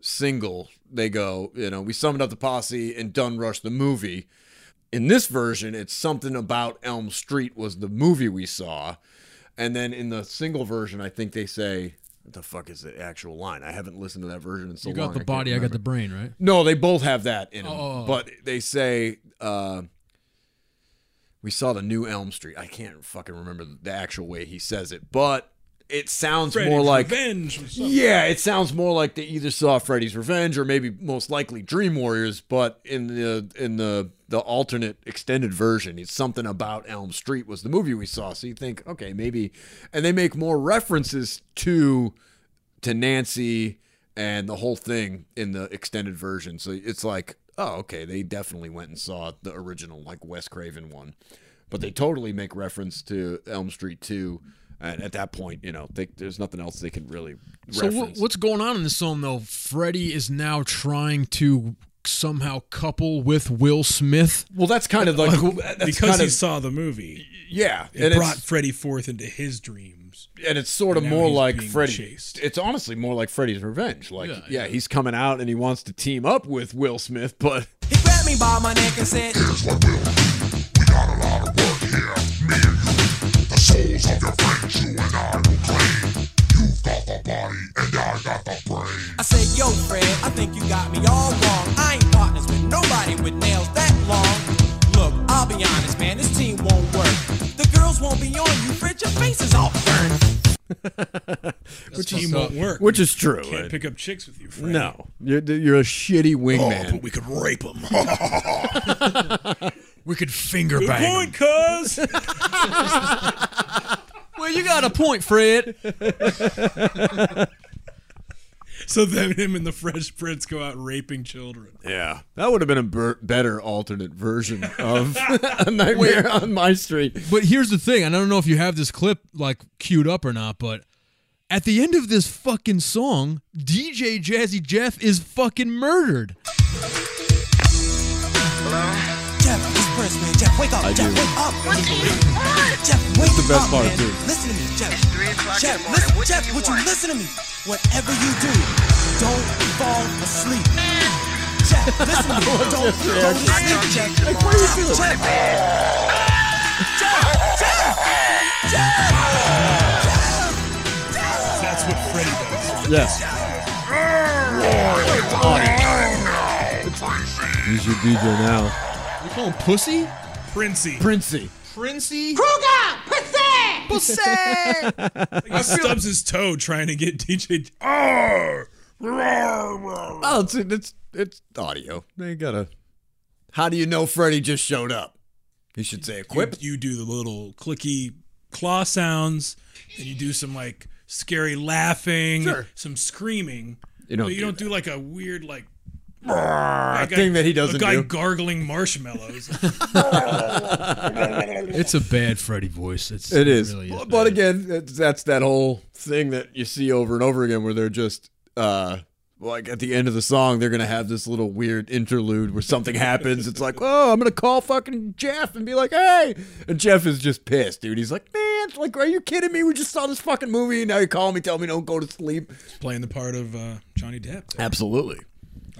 S7: single they go, you know, we summoned up the posse and done rush the movie. In this version, it's something about Elm Street was the movie we saw, and then in the single version, I think they say. What the fuck is the actual line? I haven't listened to that version in so
S6: You got
S7: long,
S6: the
S7: I can't
S6: body, I got
S7: remember.
S6: the brain, right?
S7: No, they both have that in them.
S6: Oh.
S7: But they say uh, we saw the new Elm Street. I can't fucking remember the actual way he says it, but it sounds
S8: Freddy's
S7: more like
S8: Revenge or something.
S7: yeah, it sounds more like they either saw Freddy's Revenge or maybe most likely Dream Warriors. But in the in the the alternate extended version, it's something about Elm Street was the movie we saw. So you think okay, maybe, and they make more references to to Nancy and the whole thing in the extended version. So it's like, oh, okay, they definitely went and saw the original, like Wes Craven one. But they totally make reference to Elm Street 2. And at that point, you know, they, there's nothing else they can really
S6: So
S7: reference.
S6: wh- what's going on in this song though? Freddie is now trying to somehow couple with Will Smith.
S7: Well, that's kind of like
S8: because he saw the movie.
S7: Yeah,
S8: it
S7: and it's-
S8: brought Freddy forth into his dreams.
S7: and it's sort of
S8: And now
S7: more
S8: he's
S7: like
S8: being
S7: Freddy.
S8: chased.
S7: It's honestly more like Freddy's Revenge. Like,
S8: Yeah,
S7: yeah, he's coming out and he wants to team up with Will Smith, but
S15: Grabbed me by my neck and said, Here's what we'll do. I said, yo, Fred, I think you got me all wrong. I ain't partners with nobody with nails that long. Look, I'll be honest, man, this team won't work. The girls won't be on you, Fred, your face is all burned.
S8: Which
S7: is-
S8: team won't work.
S7: which is true,
S8: Can't
S7: right? Oh,
S8: pick up chicks with you, Freddy. Oh,
S7: no, you're, you're a shitty wingman.
S8: but we could rape them.
S6: we could finger
S8: Good
S6: bang.
S8: point, cuz.
S6: Well, you got a point, Fred.
S8: so then him and the Fresh Prince go out raping children.
S7: Yeah, that would have been a ber- better alternate version of a Nightmare on My Street.
S6: But here's the thing, and I don't know if you have this clip like queued up or not, but at the end of this fucking song, DJ Jazzy Jeff is fucking murdered.
S15: Jeff, it's Prince, man. Jeff, wake up.
S6: I
S15: Jeff,
S6: do.
S15: wake up. Jeff, wake
S7: the best
S15: up,
S7: part,
S15: man.
S7: too.
S15: Listen to me, Jeff.
S23: Jeff, listen, Jeff, would you listen to me? Whatever you do, don't fall asleep. Jeff, listen to me.
S22: What's
S23: Don't
S22: this
S23: go to
S22: reaction?
S23: sleep, Jeff.
S22: Like, why are you feeling-
S23: Jeff, Jeff, Jeff, Jeff, Jeff.
S8: That's what Freddy does.
S7: Yeah. He's your DJ now.
S6: You call him Pussy?
S8: Princey.
S7: Princey.
S6: Princey?
S22: Kruger! Pussy!
S8: He stubs his toe trying to get DJ.
S7: Oh, it's, it's it's audio. They gotta. How do you know Freddy just showed up? He should say a quip.
S8: You, you do the little clicky claw sounds, and you do some like scary laughing, some screaming.
S7: You don't
S8: but you
S7: do
S8: don't do like a weird like.
S7: A
S8: like
S7: thing that he
S8: a
S7: doesn't
S8: guy
S7: do.
S8: gargling marshmallows.
S6: It's a bad Freddy voice. It's,
S7: It is.
S6: really
S7: but, but again, it's, that's that whole thing that you see over and over again where they're just uh like at the end of the song they're going to have this little weird interlude where something happens. It's like, "Oh, I'm going to call fucking Jeff and be like, "Hey." And Jeff is just pissed, dude. He's like, "Man, like are you kidding me? We just saw this fucking movie and now you call me tell me don't go to sleep."
S8: playing the part of uh, Johnny Depp.
S7: Absolutely.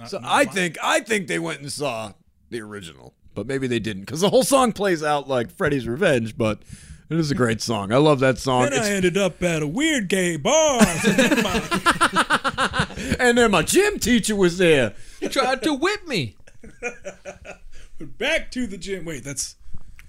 S7: So I think I think they went and saw the original, but maybe they didn't because the whole song plays out like Freddy's Revenge. But it is a great song. I love that song.
S8: Then I
S7: It's-
S8: ended up at a weird gay bar.
S7: and then my gym teacher was there.
S6: He tried to whip me.
S8: Back to the gym. Wait, that's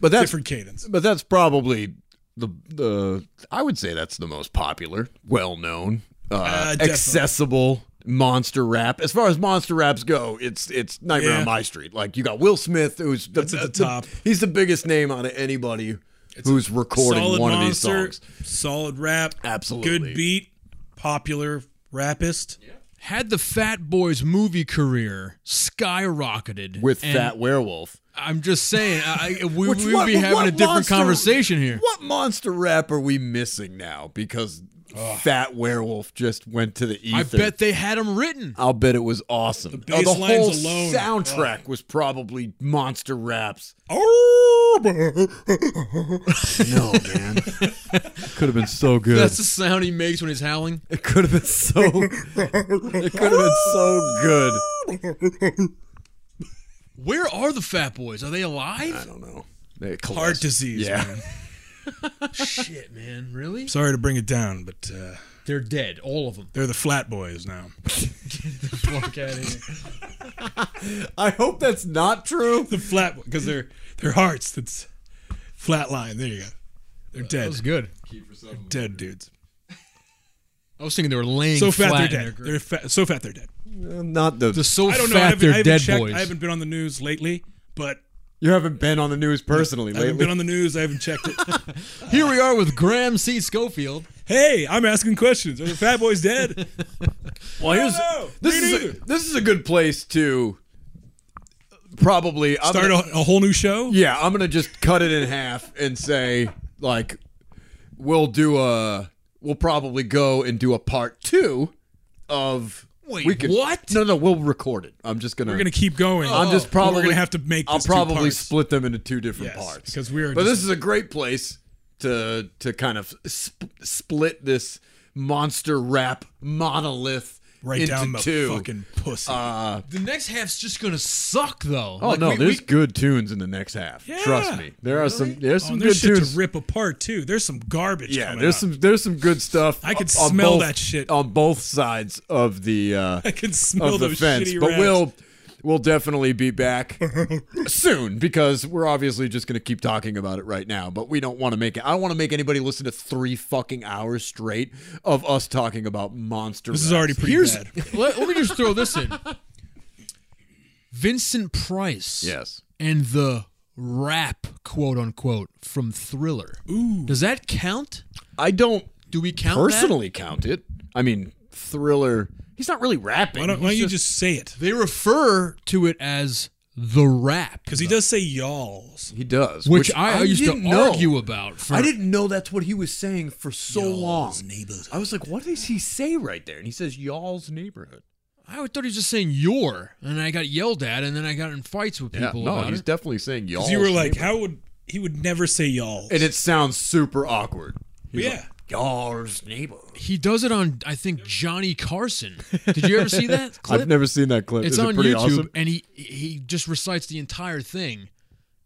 S7: But that's
S8: different cadence.
S7: But that's probably the the I would say that's the most popular, well known, uh,
S8: definitely.
S7: accessible monster rap. As far as monster raps go, it's it's Nightmare
S8: Yeah.
S7: on My Street. Like you got Will Smith, who's the,
S8: That's at the top.
S7: he's the biggest name out of anybody who's recording
S8: solid
S7: one
S8: monster,
S7: of these songs.
S8: Solid rap.
S7: Absolutely.
S8: Good beat. Popular rapist.
S6: Had the Fat Boys movie career skyrocketed
S7: With
S6: and
S7: Fat Werewolf.
S6: I'm just saying, I, I- we,
S7: Which-
S6: we would
S7: what-
S6: be
S7: what-
S6: having
S7: what
S6: a different
S7: monster-
S6: conversation here.
S7: What monster rap are we missing now? Because Fat Werewolf just went to the
S6: I
S7: ether.
S6: bet they had them written.
S7: I'll bet it was awesome.
S6: The
S7: Oh, the
S6: bass lines
S7: whole
S6: alone.
S7: soundtrack
S8: oh.
S7: was probably monster raps.
S8: Oh,
S7: No, man. Could have been so good.
S6: That's the sound he makes when he's howling.
S7: It could have been so. it could have been so good.
S6: Where are the Fat Boys? Are they alive? I
S7: don't know. They
S8: Heart disease.
S7: Yeah.
S8: man.
S6: Shit, man, really?
S8: Sorry to bring it down, but uh,
S6: They're dead, all of them.
S8: they're the flat boys now.
S6: Fuck out of here.
S7: I hope that's not true.
S8: the flat because they're their hearts that's flat line. There you go. They're dead.
S6: was good.
S8: They're dead dudes.
S6: I was thinking they were laying
S8: So
S6: flat
S8: fat they're
S6: in
S8: dead.
S6: their grave.
S8: They're fat, so fat they're dead.
S7: Uh, Not the.
S6: The so
S8: I don't
S6: fat
S8: know. I haven't,
S6: they're
S8: I haven't
S6: dead
S8: checked.
S6: boys.
S8: I haven't been on the news lately, but
S7: you haven't been on the news personally
S8: I haven't
S7: lately.
S8: been on the news. I haven't checked it.
S6: Here we are with Graham C. Schofield.
S8: hey, I'm asking questions. Are the fat boys dead?
S7: Well, here's
S8: No,
S7: this
S8: me
S7: is a,
S8: neither.
S7: this is a good place to probably I'm
S8: Start a,
S7: gonna-
S8: a whole new show.
S7: Yeah, I'm gonna just cut it in half and say like we'll do a we'll probably go and do a part two of
S6: Wait,
S7: we could-
S6: what?
S7: No, no, we'll record it. I'm just gonna
S8: We're gonna keep going. Oh.
S7: I'm just probably
S8: we're gonna have to make.
S7: I'll
S8: this two
S7: probably
S8: parts.
S7: split them into two different
S8: Yes,
S7: parts
S8: because we are
S7: But
S8: just-
S7: this is a great place to to kind of sp- split this monster rap monolith
S8: right
S7: into
S8: down the
S7: two.
S8: fucking pussy.
S7: uh,
S6: The next half's just gonna suck, though.
S7: oh
S6: Like,
S7: no,
S6: we-
S7: there's
S6: we-
S7: good tunes in the next half. Trust
S8: Yeah.
S7: me, there are some there's
S8: Oh,
S7: some
S8: and
S7: good
S8: there's shit
S7: tunes.
S8: to rip apart too. There's some garbage.
S7: Yeah,
S8: coming
S7: there's
S8: up.
S7: some there's some good stuff.
S8: I could
S7: on
S8: smell
S7: both-
S8: that shit.
S7: on both sides of the uh,
S8: I can smell
S7: of the
S8: those
S7: fence.
S8: shitty
S7: But
S8: rats.
S7: we'll we'll definitely be back soon because we're obviously just going to keep talking about it right now. But we don't want to make it. I don't want to make anybody listen to three fucking hours straight of us talking about monster.
S8: This is
S7: rats.
S8: already pretty
S6: Here's
S8: bad.
S6: let, let me just throw this in. Vincent Price.
S7: Yes.
S6: And the rap, quote unquote, from Thriller. Ooh. Does that count?
S7: I don't
S6: Do we count that?
S7: personally count it. I mean, thriller. He's not really rapping.
S8: Why don't, why don't you just say it?
S6: They refer to it as the rap,
S8: Because he does say y'alls.
S7: He does,
S6: which, I, used to
S7: didn't know.
S6: argue about. For,
S7: I didn't know that's what he was saying for so long.
S8: neighborhood.
S7: I was like, what does he say right there? And he says, y'all's neighborhood.
S6: I thought he was just saying your, and I got yelled at, and then I got in fights with people
S7: no,
S6: about
S7: he's
S6: it.
S7: definitely saying y'all's
S8: Because you were like,
S7: neighborhood.
S8: how would he would never say y'all?
S7: And it sounds super awkward. He's
S8: yeah,
S7: like, Y'all's neighbor.
S6: He does it on, I think, Johnny Carson. Did you ever see that clip?
S7: I've never seen that clip.
S6: It's
S7: Is it
S6: on
S7: pretty
S6: YouTube,
S7: awesome?
S6: and he he just recites the entire thing,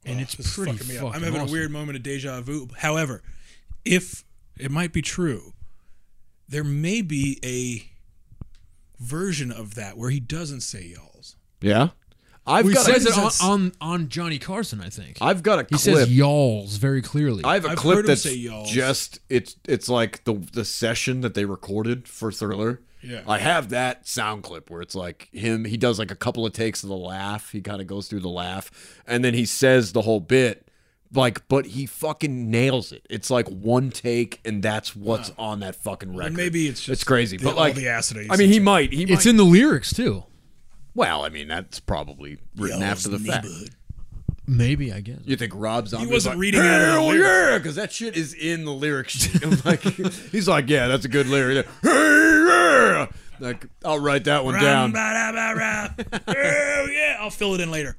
S6: and it's
S8: This is
S6: pretty
S8: fucking me
S6: fucking,
S8: up. I'm having
S6: awesome.
S8: a weird moment of deja vu. However, if it might be true, there may be a version of that where he doesn't say y'all's.
S7: Yeah. I've
S6: Well, he
S7: got
S6: says
S7: a,
S6: it on, on on Johnny Carson, I think.
S7: I've got a
S6: He
S7: clip.
S6: says y'all's very clearly.
S7: I have a
S6: I've heard
S7: clip
S6: him
S7: that's
S6: say y'alls.
S7: just it's it's like the the session that they recorded for Thriller.
S6: Yeah.
S7: I have that sound clip where it's like him he does like a couple of takes of the laugh. He kind of goes through the laugh and then he says the whole bit like but he fucking nails it. It's like one take and that's what's on that fucking record.
S8: maybe it's
S7: it's crazy.
S8: the-
S7: but
S8: all
S7: like
S8: the acid
S7: I mean he might he
S6: it's
S7: might-
S6: in the lyrics too.
S7: Well, I mean that's probably written
S6: Y'all's
S7: after the fact.
S6: Maybe I guess.
S7: You think Rob Zombie
S6: wasn't
S7: like,
S6: reading out of the
S7: Hell
S6: lyrics."
S7: yeah, because that shit is in the lyric sheet. I'm like, he's like, yeah, that's a good lyric. Hey, yeah. Like, I'll write that one down.
S8: oh yeah, I'll fill it in later.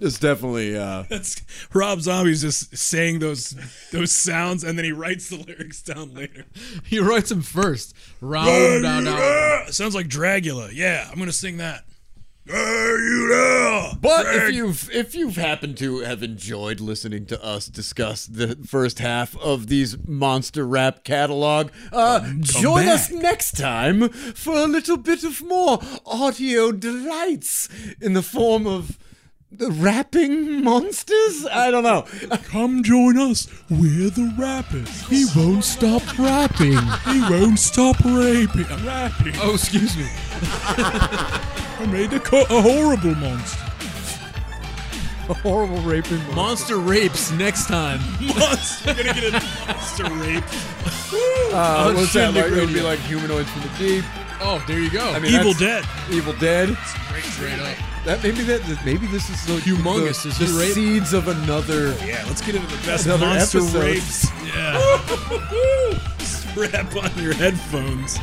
S7: It's definitely. Uh,
S8: That's Rob Zombie's just saying those those sounds, and then he writes the lyrics down later.
S6: He writes them Oh, first. Round down down.
S8: Sounds like Dragula. Yeah, I'm gonna sing that.
S7: But if you've if you've happened to have enjoyed listening to us discuss the first half of these monster rap catalog, uh, join us next time for a little bit of more audio delights in the form of the rapping monsters. I don't know.
S8: Come join us. We're the rappers. He won't stop rapping. he won't stop raping. Rapping.
S6: Oh, excuse me.
S8: I made a, co- a horrible monster.
S7: A horrible raping
S6: Monster rapes next time.
S8: Monster. We're gonna get a monster rape. Oh,
S7: Uh,
S6: On
S7: what's that
S6: Shindig
S7: like? It would be
S6: Radio.
S7: like humanoids from the deep.
S6: Oh, there you go.
S7: I
S8: Evil
S7: that's-
S8: Dead.
S7: Evil Dead.
S6: Great, straight up.
S7: That maybe that maybe this is the
S6: Humongous,
S7: the-
S6: is
S7: the
S6: he rape?
S7: seeds of another.
S8: Yeah, let's get into the best
S7: Another
S8: monster
S7: episode.
S8: rapes. Yeah. Strap on your headphones.